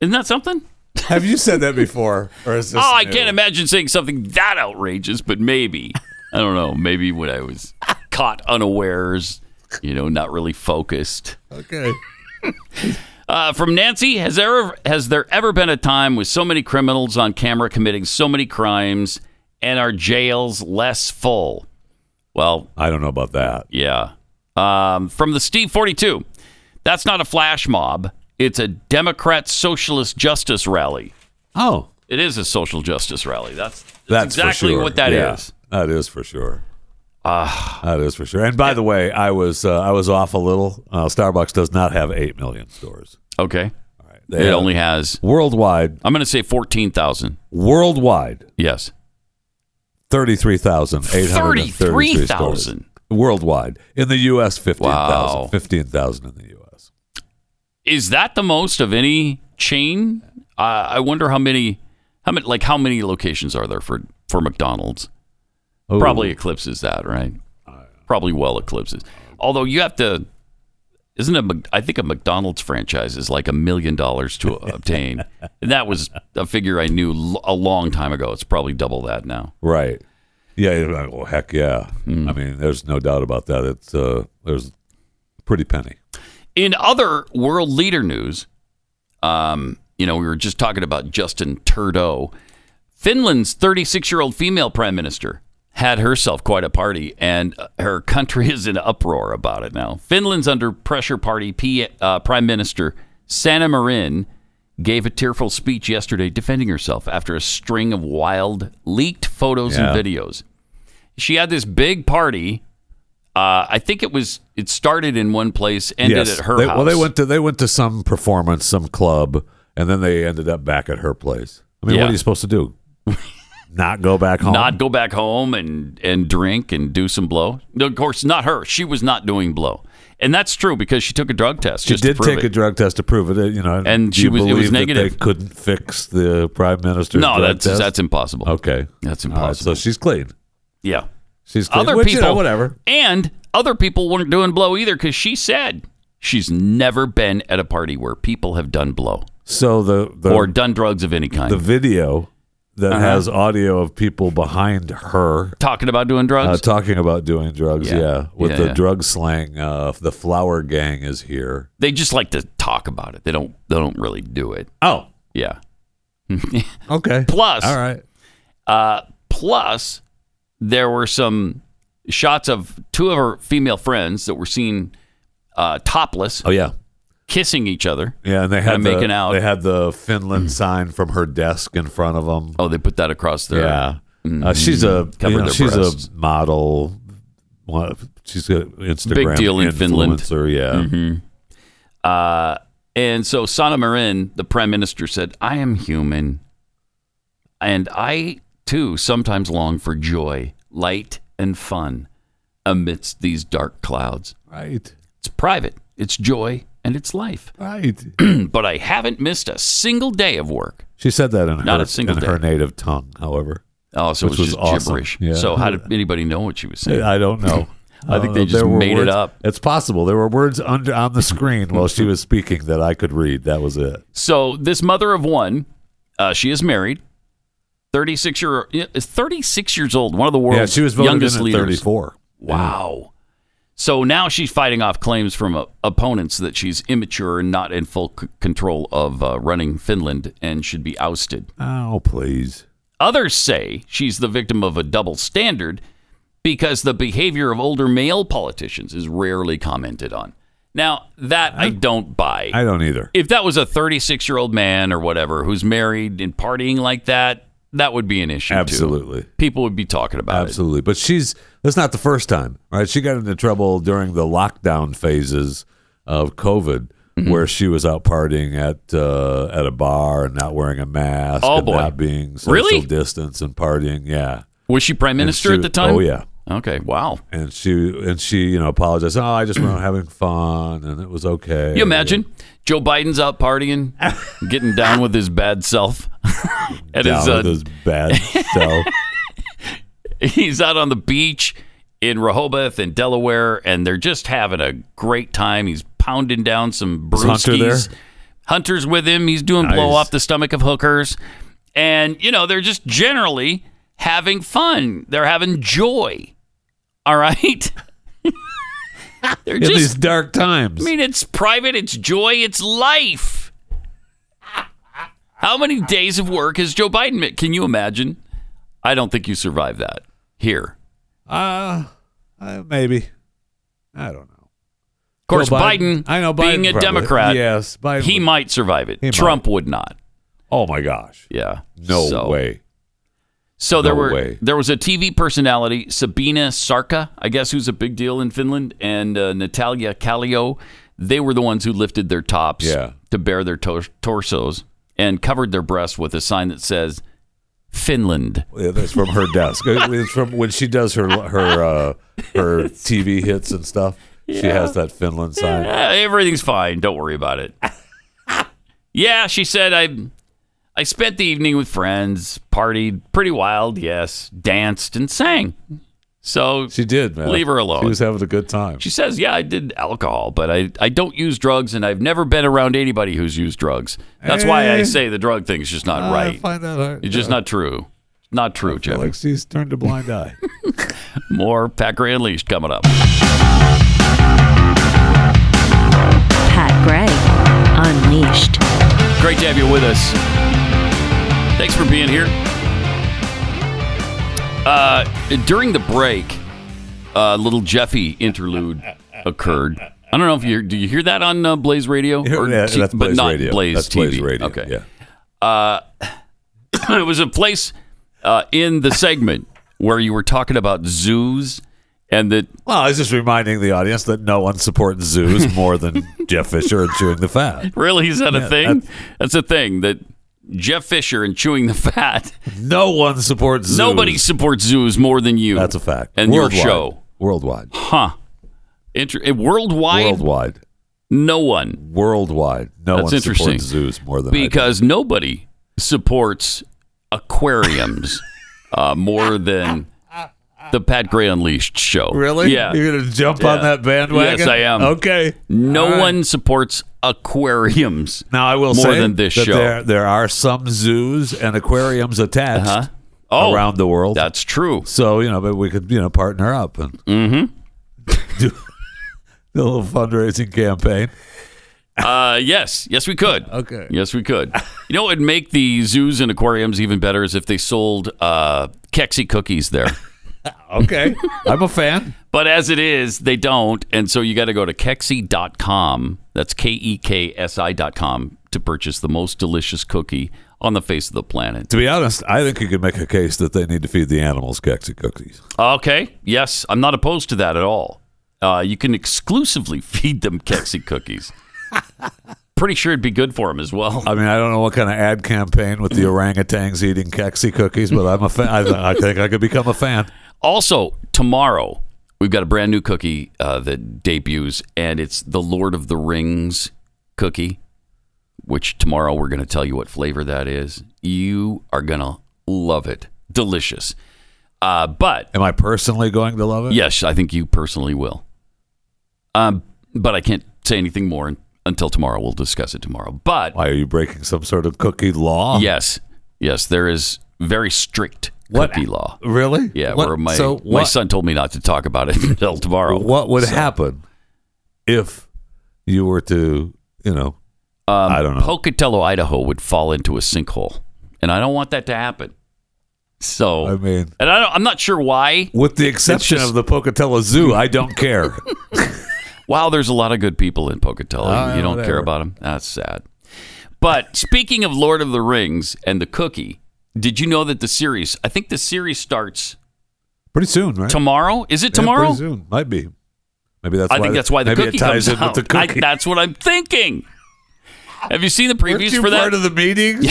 S2: Isn't that something?
S3: Have you said that before, or is
S2: Oh,
S3: this?
S2: I
S3: new?
S2: can't imagine saying something that outrageous, but maybe. I don't know. Maybe when I was caught unawares, you know, not really focused.
S3: Okay.
S2: Uh, from Nancy, has there has there ever been a time with so many criminals on camera committing so many crimes and our jails less full? Well,
S3: I don't know about that.
S2: Yeah. Um, from the Steve 42, That's not a flash mob. It's a Democrat socialist justice rally.
S3: Oh.
S2: It is a social justice rally. That's, that's,
S3: That's for
S2: exactly
S3: sure.
S2: what that is. Ah.
S3: Yeah, That is for sure. that is for sure. And by the way, I was uh, I was off a little. Uh, Starbucks does not have eight million stores.
S2: Okay.
S3: All right.
S2: It only has
S3: worldwide.
S2: I'm going to say 14,000.
S3: Worldwide.
S2: Yes.
S3: 33,833
S2: 33,000.
S3: stores. Worldwide. In the U.S., 15,000.
S2: Wow.
S3: 15,000 in the U.S.
S2: Is that the most of any chain? Uh, I wonder how many how many like how many locations are there for for McDonald's?
S3: Oh.
S2: Probably eclipses that, right? Probably well eclipses. Although you have to isn't a Mc- I think a McDonald's franchise is like a million dollars to obtain. and that was a figure I knew l- a long time ago. It's probably double that now.
S3: Right. Yeah. you're like, Well, heck yeah.
S2: Hmm.
S3: I mean, there's no doubt about that. It's uh, there's a pretty penny.
S2: In other world leader news, um, you know, we were just talking about Justin Trudeau. Finland's 36 year old female prime minister had herself quite a party, and uh, her country [LAUGHS] is in uproar about it now. Finland's under pressure party P, uh, Prime Minister Sanna Marin gave a tearful speech yesterday defending herself after a string of wild leaked photos
S12: Yeah.
S2: and videos. She had this big party. Uh, I think it was it started in one place, ended
S3: Yes.
S2: at her
S3: They-
S2: house.
S3: Well, they went to they went to some performance, some club, and then they ended up back at her place. I mean,
S2: Yeah.
S3: what are you supposed to
S2: [LAUGHS]
S3: do? Not go back home.
S2: Not go back home and and drink and do some blow. No, Of course, not her. She was not doing blow, and that's true because she took a drug test.
S3: she
S2: just to
S3: did
S2: prove
S3: take
S2: it.
S3: a drug test to prove it. uh, You know,
S2: And
S3: do
S2: she
S3: you
S2: was- it was
S3: believe that
S2: negative.
S3: they couldn't fix the prime minister's
S2: No,
S3: drug
S2: that's
S3: test?
S2: that's impossible.
S3: okay.
S2: That's
S3: All right,
S2: impossible.
S3: so she's clean.
S2: Yeah,
S3: She's clean.
S2: other
S3: Which, you
S2: people,
S3: know, whatever.
S2: and other people weren't doing blow either because she said she's never been at a party where people have done blow
S3: So the, the
S2: or done drugs of any kind.
S3: the video that
S2: Uh-huh.
S3: has audio of people behind her
S2: talking about doing drugs.
S3: uh, talking about doing drugs.
S2: Yeah.
S3: Yeah, with
S2: Yeah,
S3: the
S2: yeah.
S3: drug slang, uh, the flower gang is here.
S2: they just like to talk about it. They don't. They don't really do it.
S3: Oh,
S2: Yeah. [LAUGHS]
S3: okay.
S2: Plus,
S3: all right.
S2: Uh, plus, there were some shots of two of her female friends that were seen uh, topless.
S3: Oh yeah,
S2: kissing each other.
S3: Yeah, and they
S2: Kinda
S3: had the,
S2: making out.
S3: They had the
S2: [CLEARS THROAT]
S3: Finland sign from her desk in front of them.
S2: Oh, they put that across their- Mm-hmm.
S3: Yeah, uh, she's a
S2: Covered
S3: you know,
S2: their
S3: she's
S2: breasts.
S3: a model. Well, She's an Instagram
S2: Big deal in Finland.
S3: influencer. Yeah,
S2: Mhm. Uh, and so Sana Marin, the prime minister, said, I am human. And I, too, sometimes long for joy, light, and fun amidst these dark clouds.
S3: Right.
S2: It's private, it's joy, and it's life.
S3: Right.
S2: [CLEARS THROAT] but I haven't missed a single day of work.
S3: she said that in
S2: Not
S3: her
S2: a single
S3: in
S2: day.
S3: her native tongue. However,
S2: Oh, so
S3: which
S2: it was, just
S3: awesome.
S2: gibberish.
S3: Yeah.
S2: So how did anybody know what she was saying?
S3: I don't know.
S2: [LAUGHS] I
S3: don't
S2: think they
S3: know.
S2: just
S3: There were
S2: made it
S3: words-
S2: up.
S3: It's possible there were words under on the screen while
S2: [LAUGHS]
S3: she was speaking that I could read. That was it.
S2: So this mother of one, uh, she is married, thirty six year is thirty six years old. One of the world's
S3: yeah, she was voted
S2: youngest
S3: in at
S2: leaders.
S3: 34.
S2: Wow. So now she's fighting off claims from uh, opponents that she's immature and not in full c- control of uh, running Finland and should be ousted.
S3: Oh, please.
S2: Others say she's the victim of a double standard because the behavior of older male politicians is rarely commented on. Now, that I don't buy.
S3: I don't either.
S2: If that was a 36 year old man or whatever who's married and partying like that, that would be an issue. too.
S3: Absolutely.
S2: People would be talking about it.
S3: Absolutely. But she's that's not the first time, right? She got into trouble during the lockdown phases of COVID
S2: Mm-hmm.
S3: where she was out partying at uh, at a bar and not wearing a mask
S2: Oh,
S3: and
S2: boy.
S3: not being social
S2: Really?
S3: distance and partying. Yeah.
S2: Was she prime
S3: And
S2: minister
S3: she-
S2: at the time?
S3: Oh yeah.
S2: Okay. Wow.
S3: And she and she, you know, apologized. Oh, I just went out having fun and it was okay.
S2: You imagine Joe Biden's out partying, getting down with his
S3: [LAUGHS]
S2: bad self. [LAUGHS] at
S3: Down
S2: his, uh,
S3: with his
S2: [LAUGHS]
S3: bad self.
S2: he's out on the beach in Rehoboth in Delaware, and they're just having a great time. He's pounding down some
S3: Is Hunter
S2: brewskis.
S3: there?
S2: Hunter's with him. He's doing blow
S3: Nice.
S2: off the stomach of hookers, and you know they're just generally having fun. They're having joy. All right. [LAUGHS] they're
S3: In
S2: just
S3: these dark times.
S2: I mean, it's private, it's joy, it's life. How many days of work has Joe Biden? mi- Can you imagine? I don't think you survive that here.
S3: Uh, uh maybe. I don't know.
S2: Of course,
S3: Joe
S2: Biden,
S3: I know Biden
S2: being a
S3: probably-
S2: Democrat,
S3: Yes, Biden
S2: he
S3: would-
S2: might survive it.
S3: He might.
S2: Trump would not.
S3: Oh my gosh.
S2: Yeah.
S3: No
S2: So-
S3: way.
S2: So there
S3: No
S2: were
S3: way.
S2: there was a TV personality Sabina Sarka, I guess, who's a big deal in Finland, and uh, Natalia Kallio. They were the ones who lifted their tops
S3: Yeah.
S2: to bare their tor- torsos and covered their breasts with a sign that says "Finland."
S3: Yeah, that's from her desk. It's from when she does her her uh,
S2: [LAUGHS]
S3: her TV hits and stuff. She
S2: Yeah.
S3: has that Finland sign.
S2: "Eh, everything's fine. Don't worry
S3: [LAUGHS]
S2: about it. yeah, she said I I spent the evening with friends, partied, pretty wild, yes, danced and sang. So
S3: she did, man.
S2: Leave her alone.
S3: She was having a good time.
S2: She says, "Yeah, I did alcohol, but I, I don't use drugs, and I've never been around anybody who's used drugs. That's why I
S3: Eh.
S2: say the drug thing's just not
S3: I
S2: right.
S3: find that hard-
S2: it's just
S3: uh,
S2: not true. Not true, Jeff.
S3: Like she's turned a blind eye.
S2: [LAUGHS] More Pat Gray Unleashed coming up.
S1: Pat Gray Unleashed.
S2: Great to have you with us. Thanks for being here. Uh, during the break, a little Jeffy interlude occurred. I don't know if you do you hear that on uh, Blaze Radio or
S3: Yeah,
S2: t-
S3: that's
S2: but
S3: Blaze
S2: not
S3: Radio.
S2: Blaze
S3: That's
S2: TV.
S3: Blaze Radio,
S2: Okay.
S3: yeah.
S2: Uh, [COUGHS] it was a place uh, in the segment where you were talking about zoos and that
S3: well, I was just reminding the audience that no one supports [LAUGHS] zoos more than Jeff Fisher and chewing the fat.
S2: really is that
S3: Yeah,
S2: a thing? That's a thing that Jeff Fisher and chewing the fat.
S3: No one supports zoos.
S2: Nobody supports zoos more than you.
S3: That's a fact.
S2: And
S3: Worldwide.
S2: your show,
S3: worldwide,
S2: huh? Inter- eh, worldwide,
S3: worldwide,
S2: no one.
S3: worldwide. No
S2: That's
S3: one
S2: interesting.
S3: supports zoos more than I do.
S2: because nobody supports aquariums [LAUGHS] uh, more than the Pat Gray Unleashed show.
S3: Really?
S2: Yeah.
S3: You're gonna jump on
S2: Yeah.
S3: that bandwagon?
S2: Yes, I am.
S3: Okay.
S2: No
S3: All right.
S2: one supports aquariums.
S3: Now I will
S2: more
S3: say
S2: than this
S3: that
S2: show.
S3: There, there are some zoos and aquariums attached
S2: Oh,
S3: around the world.
S2: That's true.
S3: So you know, but we could you know partner up and
S2: Mm-hmm.
S3: [LAUGHS] do, do a little fundraising campaign.
S2: Uh, yes, yes, we could.
S3: [LAUGHS] Okay.
S2: Yes, we could. You know, what would make the zoos and aquariums even better is if they sold uh, Kexi cookies there.
S3: [LAUGHS] Okay, I'm a fan.
S2: But as it is, they don't. And so you got to go to kexi.com. That's K E K S I.com to purchase the most delicious cookie on the face of the planet.
S3: To be honest, I think you could make a case that they need to feed the animals Kexi cookies.
S2: Okay. Yes, I'm not opposed to that at all. Uh, you can exclusively [LAUGHS] feed them
S3: [LAUGHS]
S2: Kexi cookies. Pretty sure it'd be good for them as well.
S3: I mean, I don't know what kind of ad campaign with the
S2: Mm.
S3: orangutans eating Kexi cookies, but I'm a fan. I, th- [LAUGHS]
S2: [LAUGHS]
S3: I think I could become a fan.
S2: Also, tomorrow we've got a brand new cookie uh, that debuts, and it's the Lord of the Rings cookie. Which tomorrow we're going to tell you what flavor that is. You are going to love it. Delicious. Uh, but
S3: Am I personally going to love it?
S2: yes, I think you personally will. Um, but I can't say anything more until tomorrow. We'll discuss it tomorrow. But
S3: Why are you breaking some sort of cookie law?
S2: yes, yes, there is very strict
S3: What-
S2: cookie law.
S3: Really?
S2: Yeah,
S3: What-
S2: where my
S3: so
S2: my
S3: what-
S2: son told me not to talk about it [LAUGHS] until tomorrow.
S3: What would
S2: So,
S3: happen if you were to, you know, I don't know.
S2: Um, Pocatello, Idaho would fall into a sinkhole, and I don't want that to happen. So,
S3: I mean,
S2: and I don't, I'm not sure why.
S3: with the exception
S2: just-
S3: of the Pocatello Zoo, I don't
S2: [LAUGHS]
S3: care.
S2: Wow, there's a lot of good people in Pocatello.
S3: Ah,
S2: you don't care
S3: whatever.
S2: about them. That's sad. But speaking of Lord of the Rings and the cookie, did you know that the series? I think the series starts
S3: pretty soon, right?
S2: tomorrow. Is it
S3: Yeah,
S2: tomorrow?
S3: pretty soon. Might be. Maybe that's.
S2: I
S3: why
S2: think that's why the
S3: maybe
S2: cookie
S3: it ties
S2: comes
S3: in
S2: out.
S3: with the
S2: I-
S3: cookie.
S2: that's what I'm thinking. Have
S3: [LAUGHS]
S2: you seen the
S3: Aren't
S2: previews
S3: you
S2: for that?
S3: part of the
S2: [LAUGHS]
S3: meetings?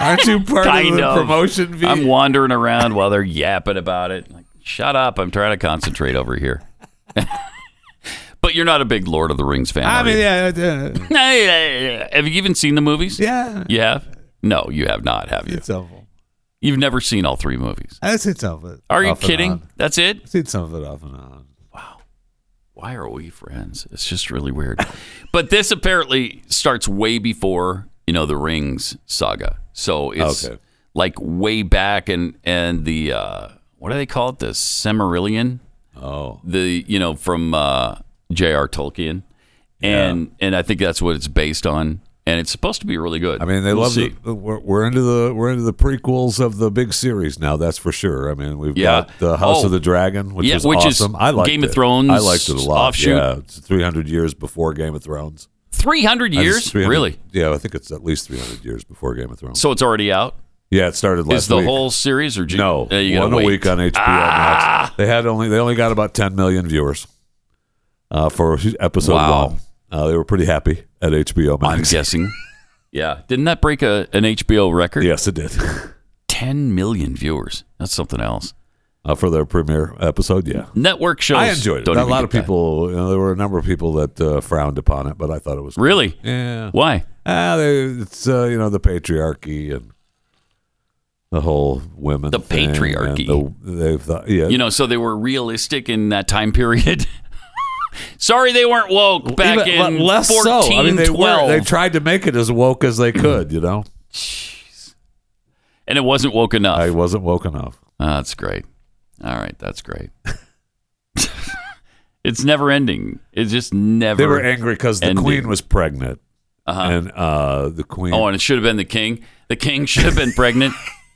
S3: Aren't you part of
S2: kind
S3: the
S2: of
S3: promotion? Fee?
S2: I'm wandering around while they're yapping about it. Like, shut up! I'm trying to concentrate over here. [LAUGHS] but you're not a big Lord of the Rings fan.
S3: I
S2: are
S3: mean,
S2: you?
S3: yeah, yeah,
S2: [LAUGHS] Yeah, yeah, yeah. Have you even seen the movies?
S3: yeah.
S2: You have? No, you have not. Have you?
S3: It's awful.
S2: You've never seen all three movies.
S3: I've seen some of it.
S2: Are you
S3: uh, off and
S2: kidding?
S3: on.
S2: That's it.
S3: I've seen some of it off and on.
S2: why are we friends? It's just really weird. [LAUGHS] but this apparently starts way before you know the Rings saga, so it's
S3: Okay.
S2: like way back and and the uh, what do they call it? The Cimmerillion,
S3: Oh,
S2: the you know from uh, J.R. Tolkien, and and I think that's what it's based on. and it's supposed to be really good.
S3: I mean, they
S2: We'll
S3: love
S2: see.
S3: it. We're, we're into the we're into the prequels of the big series now. That's for sure. I mean, we've
S2: Yeah.
S3: got the House
S2: Oh.
S3: of the Dragon, which
S2: Yeah,
S3: is
S2: which is
S3: awesome. I liked
S2: Game of
S3: it.
S2: Thrones
S3: I liked it a lot.
S2: offshoot.
S3: Yeah, it's 300 years before Game of Thrones.
S2: 300
S3: I just-
S2: years?
S3: 300
S2: Really?
S3: Yeah, I think it's at least 300 years before Game of Thrones.
S2: So it's already out.
S3: yeah, it started last
S2: Is the
S3: week.
S2: whole series or ju-
S3: no,
S2: Uh, you
S3: one a
S2: gotta wait. Ah!
S3: week on HBO Max. They had only they only got about 10 million viewers uh, for episode
S2: Wow.
S3: one. Uh, they were pretty happy at HBO Max.
S2: I'm guessing. Yeah, didn't that break a an HBO record?
S3: Yes, it did. [LAUGHS]
S2: Ten million viewers. That's something else.
S3: uh, for their premiere episode. Yeah,
S2: Network shows.
S3: I enjoyed it.
S2: don't
S3: a
S2: even
S3: lot
S2: get
S3: of
S2: that.
S3: people, you know, there were a number of people that uh, frowned upon it, but I thought it was
S2: Really?
S3: Yeah.
S2: Why?
S3: Ah, they, it's uh, you know the patriarchy and the whole women. The
S2: patriarchy.
S3: the, they've thought, yeah.
S2: You know, so they were realistic in that time period. [LAUGHS] Sorry, they weren't woke back
S3: Even
S2: in
S3: le- less so. I mean, they, were,
S2: 1412,
S3: they tried to make it as woke as they could. You know,
S2: and it wasn't woke enough. Ah,
S3: I wasn't woke enough.
S2: that's great. All right, that's great. [LAUGHS] it's never ending. It's just never.
S3: They were angry because the
S2: ending.
S3: queen was pregnant, and uh, the queen.
S2: Oh, and it should have been the king. The king should have been pregnant.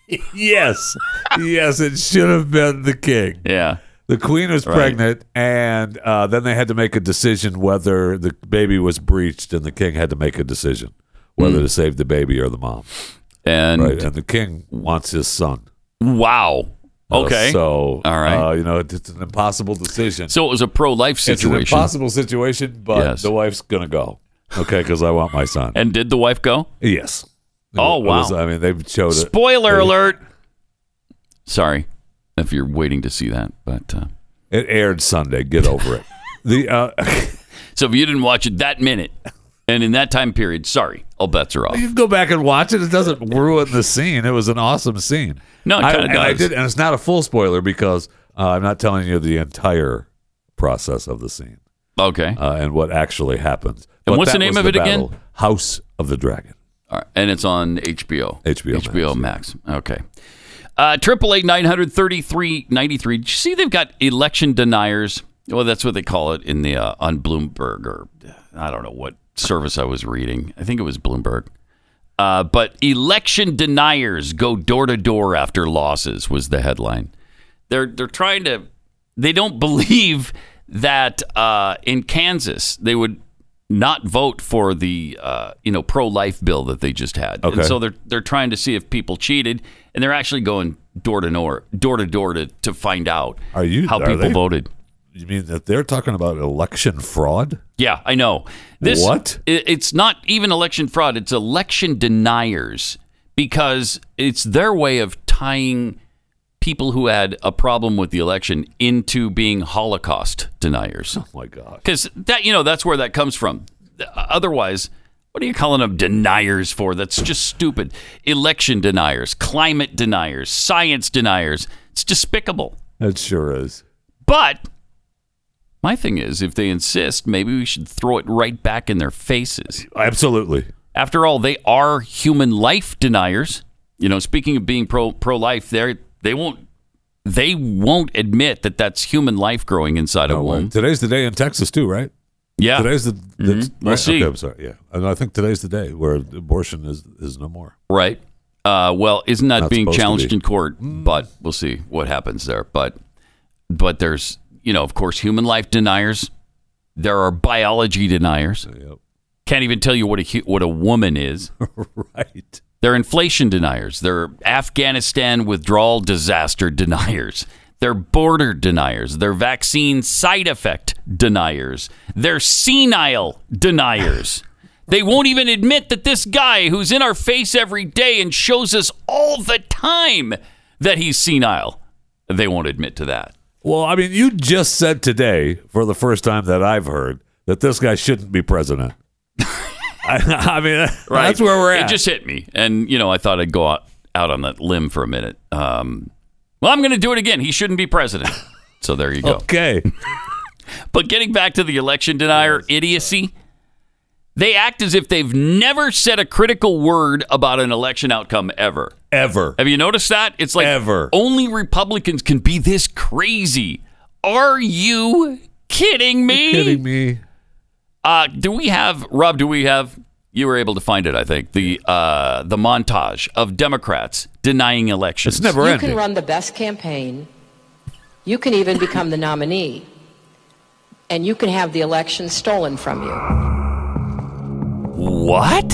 S3: [LAUGHS] yes, yes, it should have been the king.
S2: Yeah,
S3: the queen was
S2: Right.
S3: pregnant, and uh, then they had to make a decision whether the baby was breached, and the king had to make a decision whether to save the baby or the mom.
S2: Hmm. And
S3: Right, and the king wants his son.
S2: Wow.
S3: Uh,
S2: Okay.
S3: so
S2: All right.
S3: uh, you know it- it's an impossible decision.
S2: So it was a pro-life situation.
S3: It's an impossible situation, but
S2: Yes.
S3: the wife's gonna go. Okay, because I want my son.
S2: And did the wife go?
S3: Yes.
S2: Oh
S3: It
S2: wow.
S3: was- I mean, they've showed it.
S2: Spoiler alert. Sorry if you're waiting to see that, but uh,
S3: It aired Sunday. Get over it. the uh, [LAUGHS]
S2: so if you didn't watch it that minute and in that time period, sorry, all bets are off.
S3: You can go back and watch it. It doesn't ruin the scene. It was an awesome scene.
S2: No, it
S3: I-
S2: kinda
S3: and I
S2: does.
S3: did, and it's not a full spoiler because uh, I'm not telling you the entire process of the scene.
S2: Okay.
S3: Uh, and what actually happens.
S2: And what's
S3: that
S2: the name
S3: was
S2: of it again?
S3: battle. House of the Dragon.
S2: All right. And it's on HBO.
S3: HBO Max,
S2: HBO Max. Okay. Uh Triple eight nine hundred thirty three ninety three. Did you see they've got election deniers? Well, that's what they call it in the uh, on Bloomberg or uh, I don't know what service I was reading. I think it was Bloomberg. Uh, but election deniers go door to door after losses was the headline. They're they're trying to. They don't believe that uh, in Kansas they would not vote for the uh, you know pro life bill that they just had. And
S3: Okay.
S2: so they're they're trying to see if people cheated, and they're actually going door to door door to door to to find out
S3: Are you
S2: how
S3: are
S2: people
S3: they-
S2: voted.
S3: You mean that they're talking about election fraud?
S2: Yeah, I know.
S3: What?
S2: i- It's not even election fraud. It's election deniers because it's their way of tying people who had a problem with the election into being Holocaust deniers. Oh
S3: my God!
S2: Because that you know that's where that comes from. Otherwise, what are you calling them deniers for? That's just stupid. Election deniers, climate deniers, science deniers. It's despicable.
S3: It sure is.
S2: But my thing is, if they insist, maybe we should throw it right back in their faces.
S3: Absolutely.
S2: After all, they are human life deniers. You know, speaking of being pro pro life, they they won't they won't admit that that's human life growing inside a womb.
S3: Today's the day in Texas too, right?
S2: Yeah.
S3: Today's the. the
S2: Mhm. We'll
S3: right,
S2: see.
S3: Okay, I'm sorry. Yeah, and I think today's the day where abortion is is no more.
S2: Right. Uh, well, isn't that
S3: Not
S2: being
S3: supposed to
S2: challenged
S3: be. Mm.
S2: in court? But we'll see what happens there. But but there's you know, of course, human life deniers. There are biology deniers. Can't even tell you what a hu- what a woman is.
S3: right.
S2: They're inflation deniers. They're Afghanistan withdrawal disaster deniers. They're border deniers. They're vaccine side effect deniers. They're senile deniers. they won't even admit that this guy who's in our face every day and shows us all the time that he's senile, they won't admit to that.
S3: Well, I mean, you just said today, for the first time that I've heard, that this guy shouldn't be president. I, I mean, that's where we're at.
S2: It just hit me, and you know, I thought I'd go out, out on that limb for a minute. Um, well, I'm going to do it again. He shouldn't be president. So there you go.
S3: Okay.
S2: [LAUGHS] but getting back to the election denier idiocy, they act as if they've never said a critical word about an election outcome ever.
S3: Ever.
S2: Have you noticed that? It's like
S3: Ever.
S2: only Republicans can be this crazy. Are you [LAUGHS] kidding me?
S17: E.
S3: kidding me?
S2: Uh, do we have Rob? Do we have You were able to find it, I think. The uh, the montage of Democrats denying elections. It's
S15: you can run the best campaign. You can even become the nominee. And you can have the election stolen from you.
S2: What?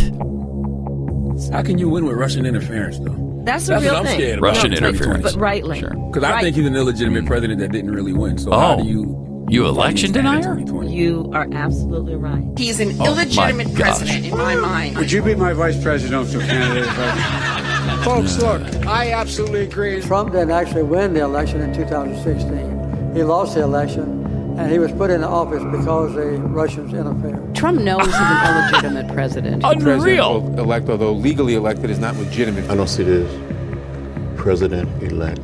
S14: How can you win with Russian interference, though?
S18: That's the real
S14: what I'm
S18: thing.
S14: scared about.
S2: Russian interference.
S18: But rightly.
S14: Because I think he's an illegitimate president that didn't really win. So how
S2: Oh,
S14: do you?
S2: you, election
S14: stand in
S2: denier?
S18: You are absolutely right.
S19: He's an
S2: Oh, my
S19: illegitimate
S2: gosh.
S19: president in my mind.
S6: Would you be my vice
S3: [LAUGHS]
S6: presidential candidate? if I-
S20: Folks, look, I absolutely agree. Trump didn't actually win the election in 2016. He lost the election, and he was put into office because the Russians interfered.
S15: Trump knows he's an illegitimate
S21: [LAUGHS]
S15: president.
S21: President elect, although legally elected, is not legitimate. I don't see this president elect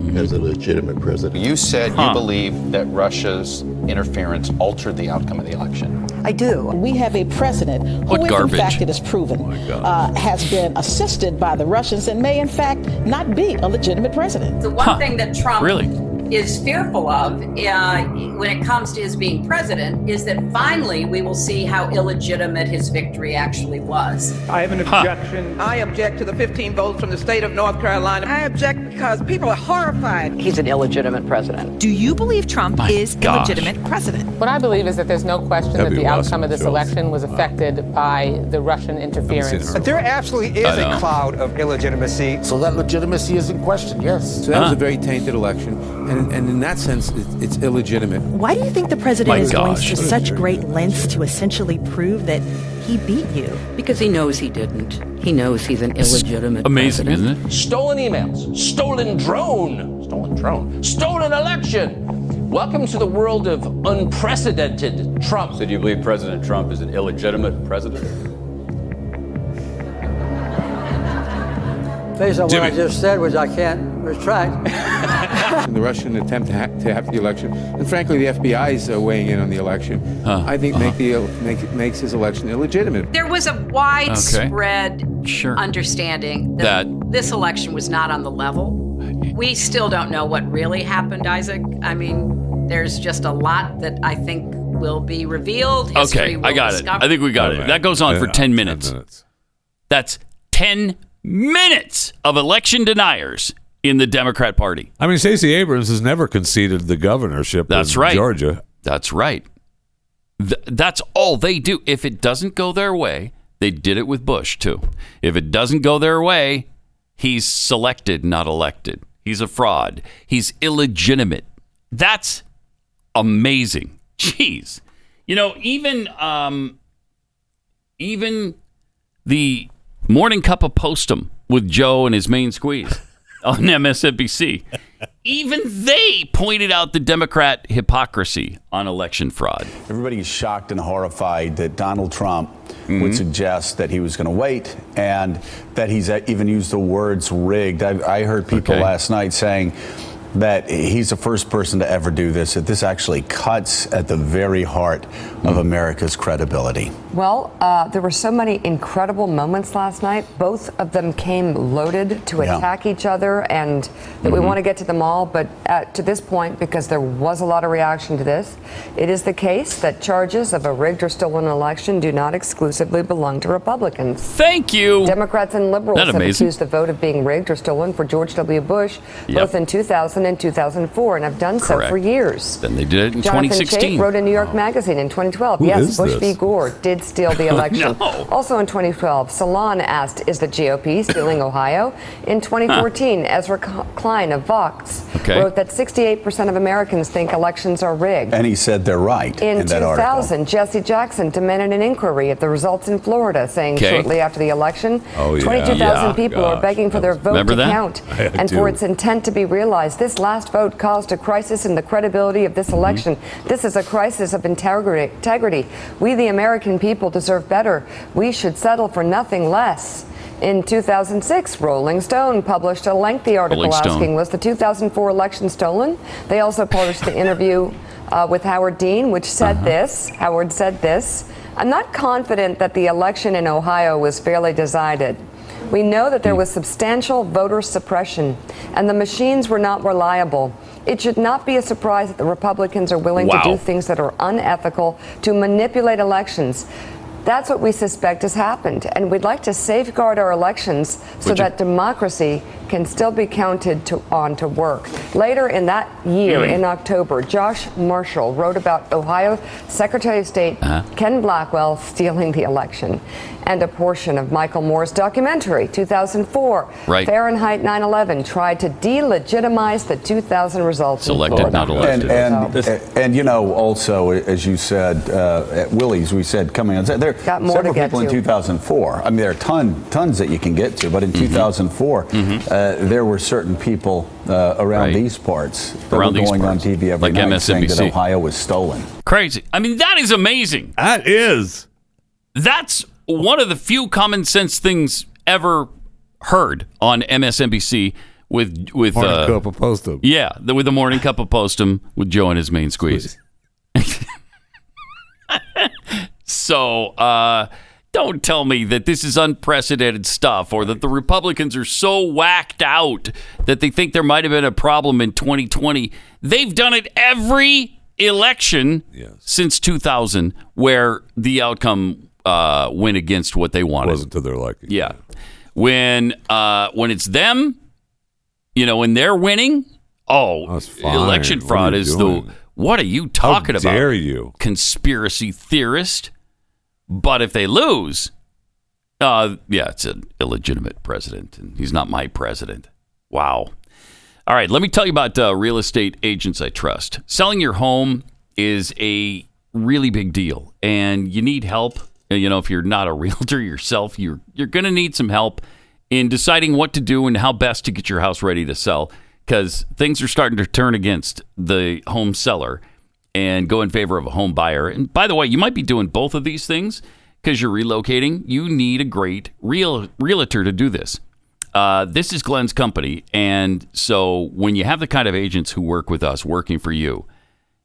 S2: Mm-hmm.
S21: as a legitimate president.
S17: You said
S21: Huh.
S17: you believe that Russia's interference altered the outcome of the election.
S22: I do. We have a president who,
S17: What
S22: if
S17: garbage. Oh
S22: in fact it is proven, uh, has been assisted by the Russians and may in fact not be a legitimate president.
S23: The one thing that Trump
S22: Really?
S23: is fearful of uh, when it comes to his being president is that finally we will see how illegitimate his victory actually was.
S24: I have an objection.
S19: I object to the 15 votes from the state of North Carolina. I object because people are horrified.
S22: He's an illegitimate president.
S18: Do you believe Trump is a
S22: gosh.
S18: legitimate president?
S25: What I believe is that there's no question
S22: That'd
S25: that
S22: be
S25: the
S22: awesome,
S25: outcome of this
S22: Jules.
S25: election
S21: uh,
S25: was affected by the Russian interference.
S26: But there absolutely is
S21: I
S26: a
S21: know.
S26: cloud of illegitimacy. So that legitimacy is in question, yes.
S21: So that was a very tainted election, and, and in that sense, it, it's illegitimate.
S18: Why do you think the president
S21: My
S18: is
S21: gosh.
S18: going to such great lengths to essentially prove that he beat you?
S15: Because he knows he didn't. He knows he's an illegitimate
S2: Amazing, isn't it?
S27: Stolen emails, stolen drone, stolen drone, stolen election. Welcome to the world of unprecedented Trump.
S28: So do you believe President Trump is an illegitimate president?
S26: Based on what I
S21: Jimmy.
S26: just said, which I can't retract.
S21: In the Russian attempt to, ha- to have the election, and frankly, the FBI is uh, weighing in on the election. I think make the el- make, makes his election illegitimate.
S23: There was a widespread understanding that, this election was not on the level. We still don't know what really happened, Isaac. I mean, there's just a lot that I think will be revealed.
S2: Okay, I got it. I think we got it. That goes on for
S3: Yeah,
S2: 10 minutes. That's 10 minutes of election deniers in the Democrat Party.
S3: I mean, Stacey Abrams has never conceded the governorship.
S2: That's
S3: of
S2: right.
S3: Georgia.
S2: That's right. Th- that's all they do. If it doesn't go their way, they did it with Bush, too. If it doesn't go their way, he's selected, not elected. He's a fraud. He's illegitimate. That's amazing. Jeez. You know, even um, even the morning cup of postum with Joe and his main squeeze [LAUGHS] on MSNBC. Even they pointed out the Democrat hypocrisy on election fraud.
S28: Everybody is shocked and horrified that Donald Trump
S2: Mm-hmm.
S28: would suggest that he was going to wait and that he's uh, even used the words rigged. I, I heard people
S20: Okay.
S28: last night saying that he's the first person to ever do this, that this actually cuts at the very heart of
S2: Mm.
S28: America's credibility. Well, uh, there were so many incredible moments last night. Both of them came loaded to Yeah. attack each other, and that we want to get to them all. But at, to this point, because there was a lot of reaction to this, it is the case that charges of a rigged or stolen election do not exclusively belong to Republicans.
S2: Thank you.
S28: Democrats and liberals
S2: Isn't that
S28: have
S2: amazing?
S28: accused the vote of being rigged or stolen for George W. Bush,
S2: Yep.
S28: both in 2000 and 2004, and have done so for
S2: Correct.
S28: years.
S2: Then they did it in
S28: Jonathan
S2: 2016.
S28: Chait wrote in New York Magazine in 2012.
S2: Who
S28: yes,
S2: is
S28: Bush
S2: this?
S28: v. Gore did steal
S2: [LAUGHS]
S28: the election.
S2: No.
S28: Also in 2012, Salon asked, "Is the GOP stealing Ohio?" In 2014, Ezra K- Klein of Vox Okay. wrote that 68% of Americans think elections are rigged. And he said they're right In, in that article. 2000, Jesse Jackson demanded an inquiry of the results in Florida, saying Okay. shortly after the election, Oh, yeah. 22,000 Yeah, people God. are begging for their vote Remember to that? [LAUGHS] count I and for do. its intent to be realized. This last vote caused a crisis in the credibility of this election. This is a crisis of integrity. integrity. We, the American people, deserve better. We should settle for nothing less. In 2006, Rolling Stone published a lengthy article
S29: Rolling Stone.
S28: asking, was the 2004 election stolen? They also published the interview uh, with Howard Dean, which said this. Howard said this. I'm not confident that the election in Ohio was fairly decided. We know that there was substantial voter suppression, and the machines were not reliable. It should not be a surprise that the Republicans are willing
S30: Wow.
S28: to do things that are unethical to manipulate elections. That's what we suspect has happened, and we'd like to safeguard our elections so
S2: Would you-
S28: that democracy can still be counted to, on to work. Later in that year,
S2: Mm.
S28: in October, Josh Marshall wrote about Ohio Secretary of State
S2: Uh-huh.
S28: Ken Blackwell stealing the election and a portion of Michael Moore's documentary, 2004,
S2: Right.
S28: Fahrenheit 9/11, tried to delegitimize the 2000 results. in
S2: Selected,
S28: Florida.
S2: not elected.
S4: And, and, and you know, also, as you said, uh, at Willie's, we said coming on. There
S28: Got more to
S4: several
S28: get
S4: people in
S28: to.
S4: 2004. I mean, there are ton, tons that you can get to, but in
S2: Mm-hmm.
S4: 2004, Uh, there were certain people uh, around these parts that
S2: Around
S4: were
S2: these
S4: going on TV every
S2: Like
S4: night saying that
S2: MSNBC.
S4: Ohio was stolen.
S2: Crazy. I mean, that is amazing.
S3: That is.
S2: That's one of the few common sense things ever heard on MSNBC with with
S3: Morning
S2: uh,
S3: Cup of Postum.
S2: Yeah, the, with the morning cup of postum with Joe and his main squeeze. so uh, don't tell me that this is unprecedented stuff or that the Republicans are so whacked out that they think there might have been a problem in 2020. They've done it every election since 2000 where the outcome uh, went against what they wanted. Wasn't
S3: to their liking.
S2: Yeah. When uh, when it's them, you know, when they're winning, oh, election
S3: What are
S2: fraud
S3: you
S2: is
S3: doing?
S2: the what are you talking about?
S3: dare you.
S2: conspiracy theorist? But if they lose, uh, yeah, it's an illegitimate president, and he's not my president. Wow. All right, let me tell you about uh, real estate agents I trust. Selling your home is a really big deal, and you need help. Uh, You know, if you're not a [LAUGHS] realtor yourself, you're you're going to need some help in deciding what to do and how best to get your house ready to sell because things are starting to turn against the home seller and go in favor of a home buyer. And by the way, you might be doing both of these things because you're relocating. You need a great real realtor to do this. Uh, this is Glenn's company, and so when you have the kind of agents who work with us working for you,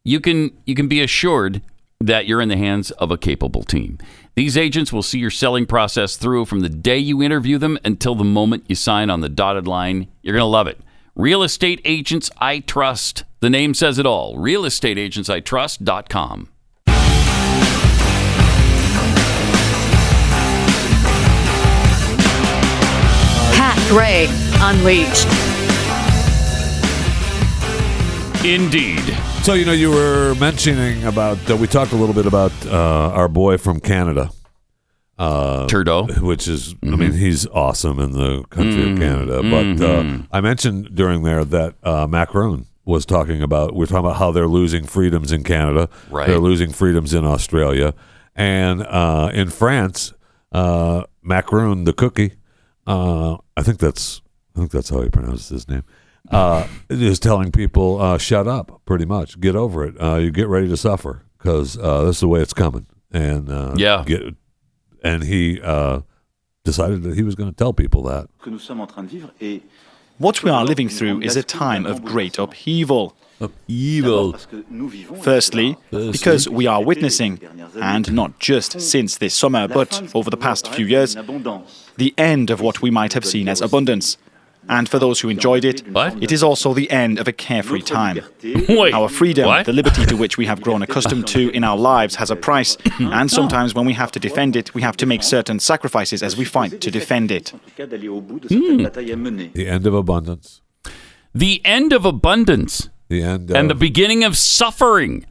S2: you can you can be assured that you're in the hands of a capable team. These agents will see your selling process through from the day you interview them until the moment you sign on the dotted line. You're going to love it. Real estate agents I trust. The name says it all. realestateagentsitrust.com.
S13: Pat Gray Unleashed.
S2: Indeed.
S3: So you know you were mentioning about uh, we talked a little bit about uh, our boy from Canada, uh,
S2: Turdo,
S3: which is I mean he's awesome in the country
S2: Mm.
S3: of Canada. But uh,
S2: Mhm.
S3: I mentioned during there that uh, Macron was talking about we are talking about how they're losing freedoms in Canada,
S2: Right.
S3: They're losing freedoms in Australia, and uh, in France, uh, Macron the cookie. Uh, I think that's I think that's how he pronounces his name uh, is telling people, uh, shut up, pretty much. Get over it. Uh, you get ready to suffer because uh, this is the way it's coming. And uh,
S2: Yeah.
S3: get, and he uh, decided that he was going to tell people that.
S5: What we are living through is a time of great upheaval. Upheaval. Firstly, because we are witnessing, and not just since this summer, but over the past few years, the end of what we might have seen as abundance. And for those who enjoyed it, it is also the end of a carefree time. our freedom, the liberty to which we have grown accustomed to in our lives, has a price, and sometimes when we have to defend it, we have to make certain sacrifices as we fight to defend it.
S3: The end of abundance.
S2: The end of abundance.
S3: The end
S2: and the
S3: of-
S2: beginning of suffering.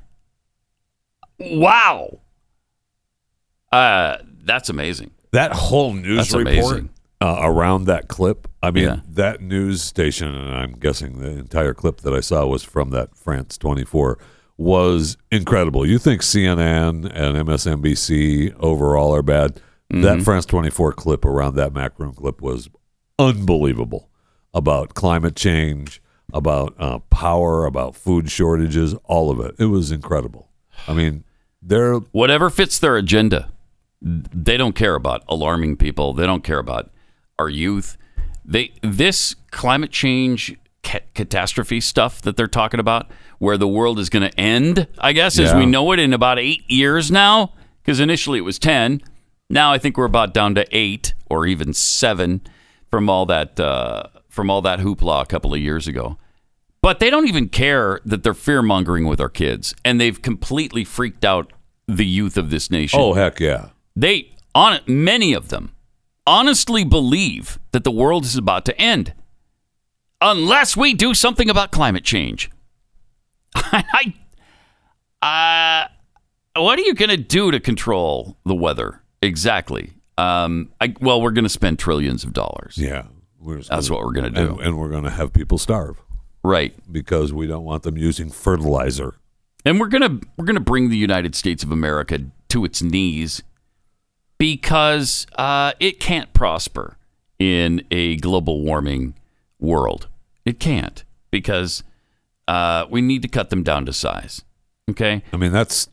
S2: Wow. Uh, that's amazing.
S3: That whole news
S2: That's
S3: report
S2: amazing.
S3: uh, around that clip. I mean,
S2: Yeah.
S3: that news station, and I'm guessing the entire clip that I saw was from that France 24, was incredible. You think CNN and MSNBC overall are bad?
S2: Mm-hmm.
S3: That France 24 clip around that Macron clip was unbelievable about climate change, about uh, power, about food shortages, all of it. It was incredible. I mean, they're
S2: whatever fits their agenda. They don't care about alarming people. They don't care about our youth. They this climate change ca- catastrophe stuff that they're talking about, where the world is going to end, I guess, as we
S7: Yeah.
S2: know it in about eight years now. Because initially it was ten. Now I think we're about down to eight or even seven from all that uh, from all that hoopla a couple of years ago. But they don't even care that they're fear mongering with our kids, and they've completely freaked out the youth of this nation.
S3: Oh heck yeah!
S2: They on many of them honestly believe that the world is about to end unless we do something about climate change. [LAUGHS] I, uh, what are you going to do to control the weather exactly? Um, I, well, we're going to spend trillions of dollars.
S3: Yeah, we're just
S2: that's
S3: gonna-
S2: what we're going to do.
S3: and, and we're going to have people starve,
S2: right?
S3: Because we don't want them using fertilizer.
S2: And we're gonna we're gonna bring the United States of America to its knees because uh, it can't prosper in a global warming world. It can't because uh, we need to cut them down to size. Okay.
S3: I mean, that's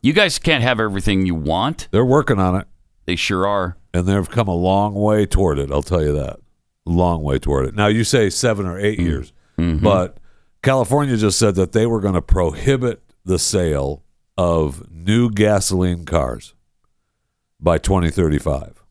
S2: you guys can't have everything you want.
S3: They're working on it.
S2: They sure are.
S3: And they've come a long way toward it, I'll tell you that. Long way toward it. Now, you say seven or
S2: Mm-hmm.
S3: 8 years, but California just said that they were going to prohibit the sale of new gasoline cars by 2035.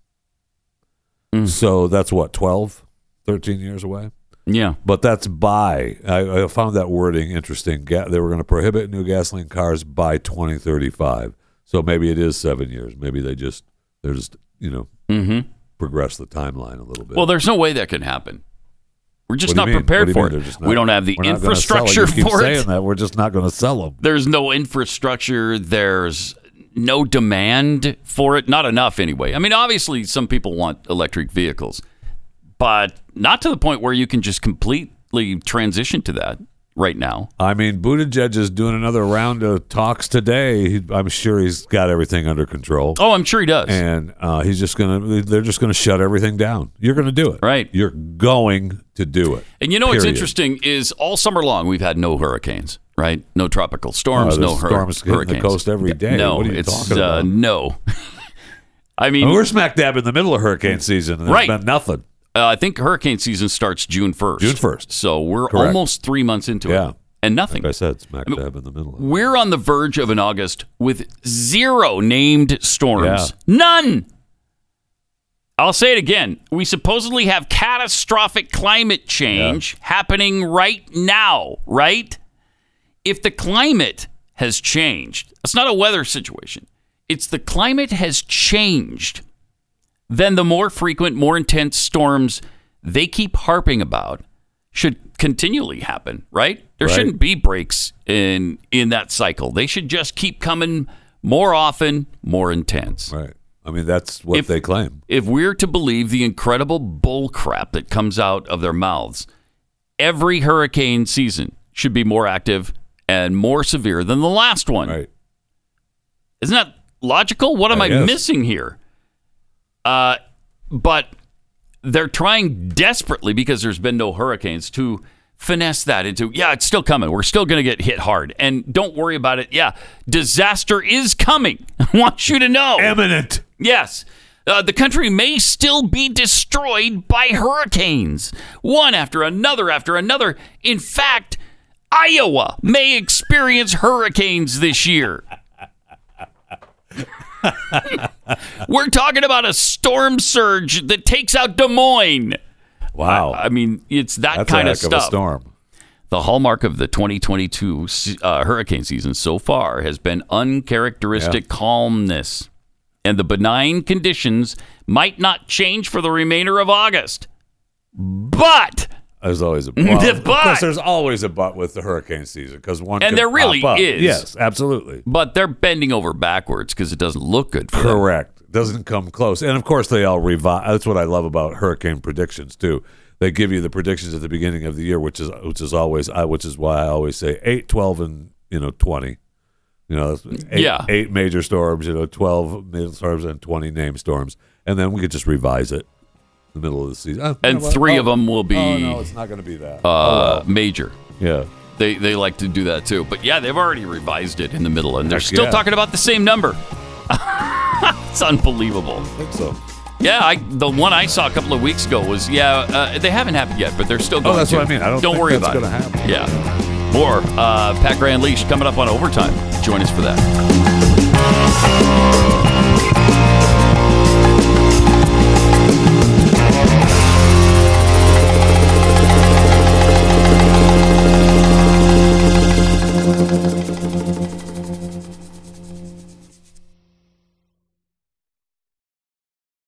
S2: Mm.
S3: So that's what, 12, 13 years away?
S2: Yeah.
S3: But that's by, I, I found that wording interesting. Ga- they were going to prohibit new gasoline cars by 2035. So maybe it is seven years. Maybe they just, they're just, you know,
S2: Mhm.
S3: progress the timeline a little bit.
S2: Well, there's no way that can happen. We're just
S3: What
S2: not
S3: do you mean?
S2: prepared
S3: What do you
S2: for
S3: mean they're
S2: it.
S3: just
S2: we
S3: not-
S2: don't have the
S3: we're not gonna sell it?
S2: infrastructure
S3: You keep
S2: for it.
S3: saying that. We're just not going to sell them.
S2: There's no infrastructure. There's no demand for it. Not enough, anyway. I mean, obviously, some people want electric vehicles, but not to the point where you can just completely transition to that right now.
S3: I mean, Buttigieg is doing another round of talks today. He- I'm sure he's got everything under control.
S2: Oh, I'm sure he does.
S3: And uh, he's just going to, they're just going to shut everything down. You're going to do it.
S2: Right.
S3: You're going to do it.
S2: And you know what's
S3: Period.
S2: interesting is all summer long we've had no hurricanes, right? No tropical storms,
S3: Oh,
S2: no
S3: there's
S2: hur-
S3: storms hitting the
S2: hurricanes.
S3: coast every day.
S2: No,
S3: What are you
S2: it's
S3: talking
S2: uh,
S3: about?
S2: no. I mean,
S3: I mean, we're smack dab in the middle of hurricane season. And there's
S2: Right.
S3: been nothing.
S2: Uh, I think hurricane season starts June first. June
S3: first.
S2: So we're
S3: Correct.
S2: almost three months into
S3: Yeah.
S2: it, and nothing.
S3: Like I said, smack dab in the middle. Of it.
S2: We're on the verge of an August with zero named storms. None. I'll say it again. We supposedly have catastrophic climate change happening right now, right? If the climate has changed, it's not a weather situation, it's the climate has changed, then the more frequent, more intense storms they keep harping about should continually happen, right? There
S3: Right.
S2: shouldn't be breaks in in that cycle. They should just keep coming more often, more intense.
S3: Right. I mean, that's what they claim.
S2: If we're to believe the incredible bull crap that comes out of their mouths, every hurricane season should be more active and more severe than the last one. Right. Isn't that logical? What am
S3: I
S2: I,
S3: guess.
S2: missing here? Uh, but they're trying desperately because there's been no hurricanes to finesse that into yeah it's still coming we're still going to get hit hard and don't worry about it yeah disaster is coming [LAUGHS] i want you to know
S3: imminent
S2: yes uh, the country may still be destroyed by hurricanes one after another after another in fact iowa may experience hurricanes this year We're talking about a storm surge that takes out Des Moines.
S3: Wow.
S2: I, I mean, it's that
S3: That's a
S2: kind
S3: heck
S2: of
S3: of a
S2: stuff.
S3: storm.
S2: The hallmark of the 2022 se- uh, hurricane season so far has been uncharacteristic calmness, and the benign conditions might not change for the remainder of August. But
S3: There's always a
S2: [LAUGHS] The
S3: well, Of
S2: but.
S3: course, there's always a but with the hurricane season because one
S2: and
S3: can
S2: there really
S3: pop up.
S2: is.
S3: Yes, absolutely.
S2: But they're bending over backwards because it doesn't look good. For them.
S3: Correct. Doesn't come close. And of course, they all revive. That's what I love about hurricane predictions too. They give you the predictions at the beginning of the year, which is which is always I, which is why I always say eight, twelve, and you know twenty. You know, that's eight,
S2: Yeah.
S3: eight major storms. You know, twelve middle storms and twenty name storms, and then we could just revise it in the middle of the season. Oh, you
S2: and
S3: know what?
S2: three
S3: Oh,
S2: of them will be.
S3: Oh no, it's not going to be that.
S2: Uh, Major.
S3: Yeah.
S2: They they like to do that too. But yeah, they've already revised it in the middle, and they're
S3: Heck
S2: still
S3: yeah.
S2: talking about the same number. it's unbelievable.
S3: I think so.
S2: Yeah, I, the one I saw a couple of weeks ago was yeah. Uh, they haven't happened yet, but they're still going.
S3: Oh, that's
S2: to.
S3: what I mean. I don't think
S2: worry
S3: that's
S2: about
S3: gonna
S2: it. Yeah. More uh, Pat Grand Leash coming up on overtime. Join us for that.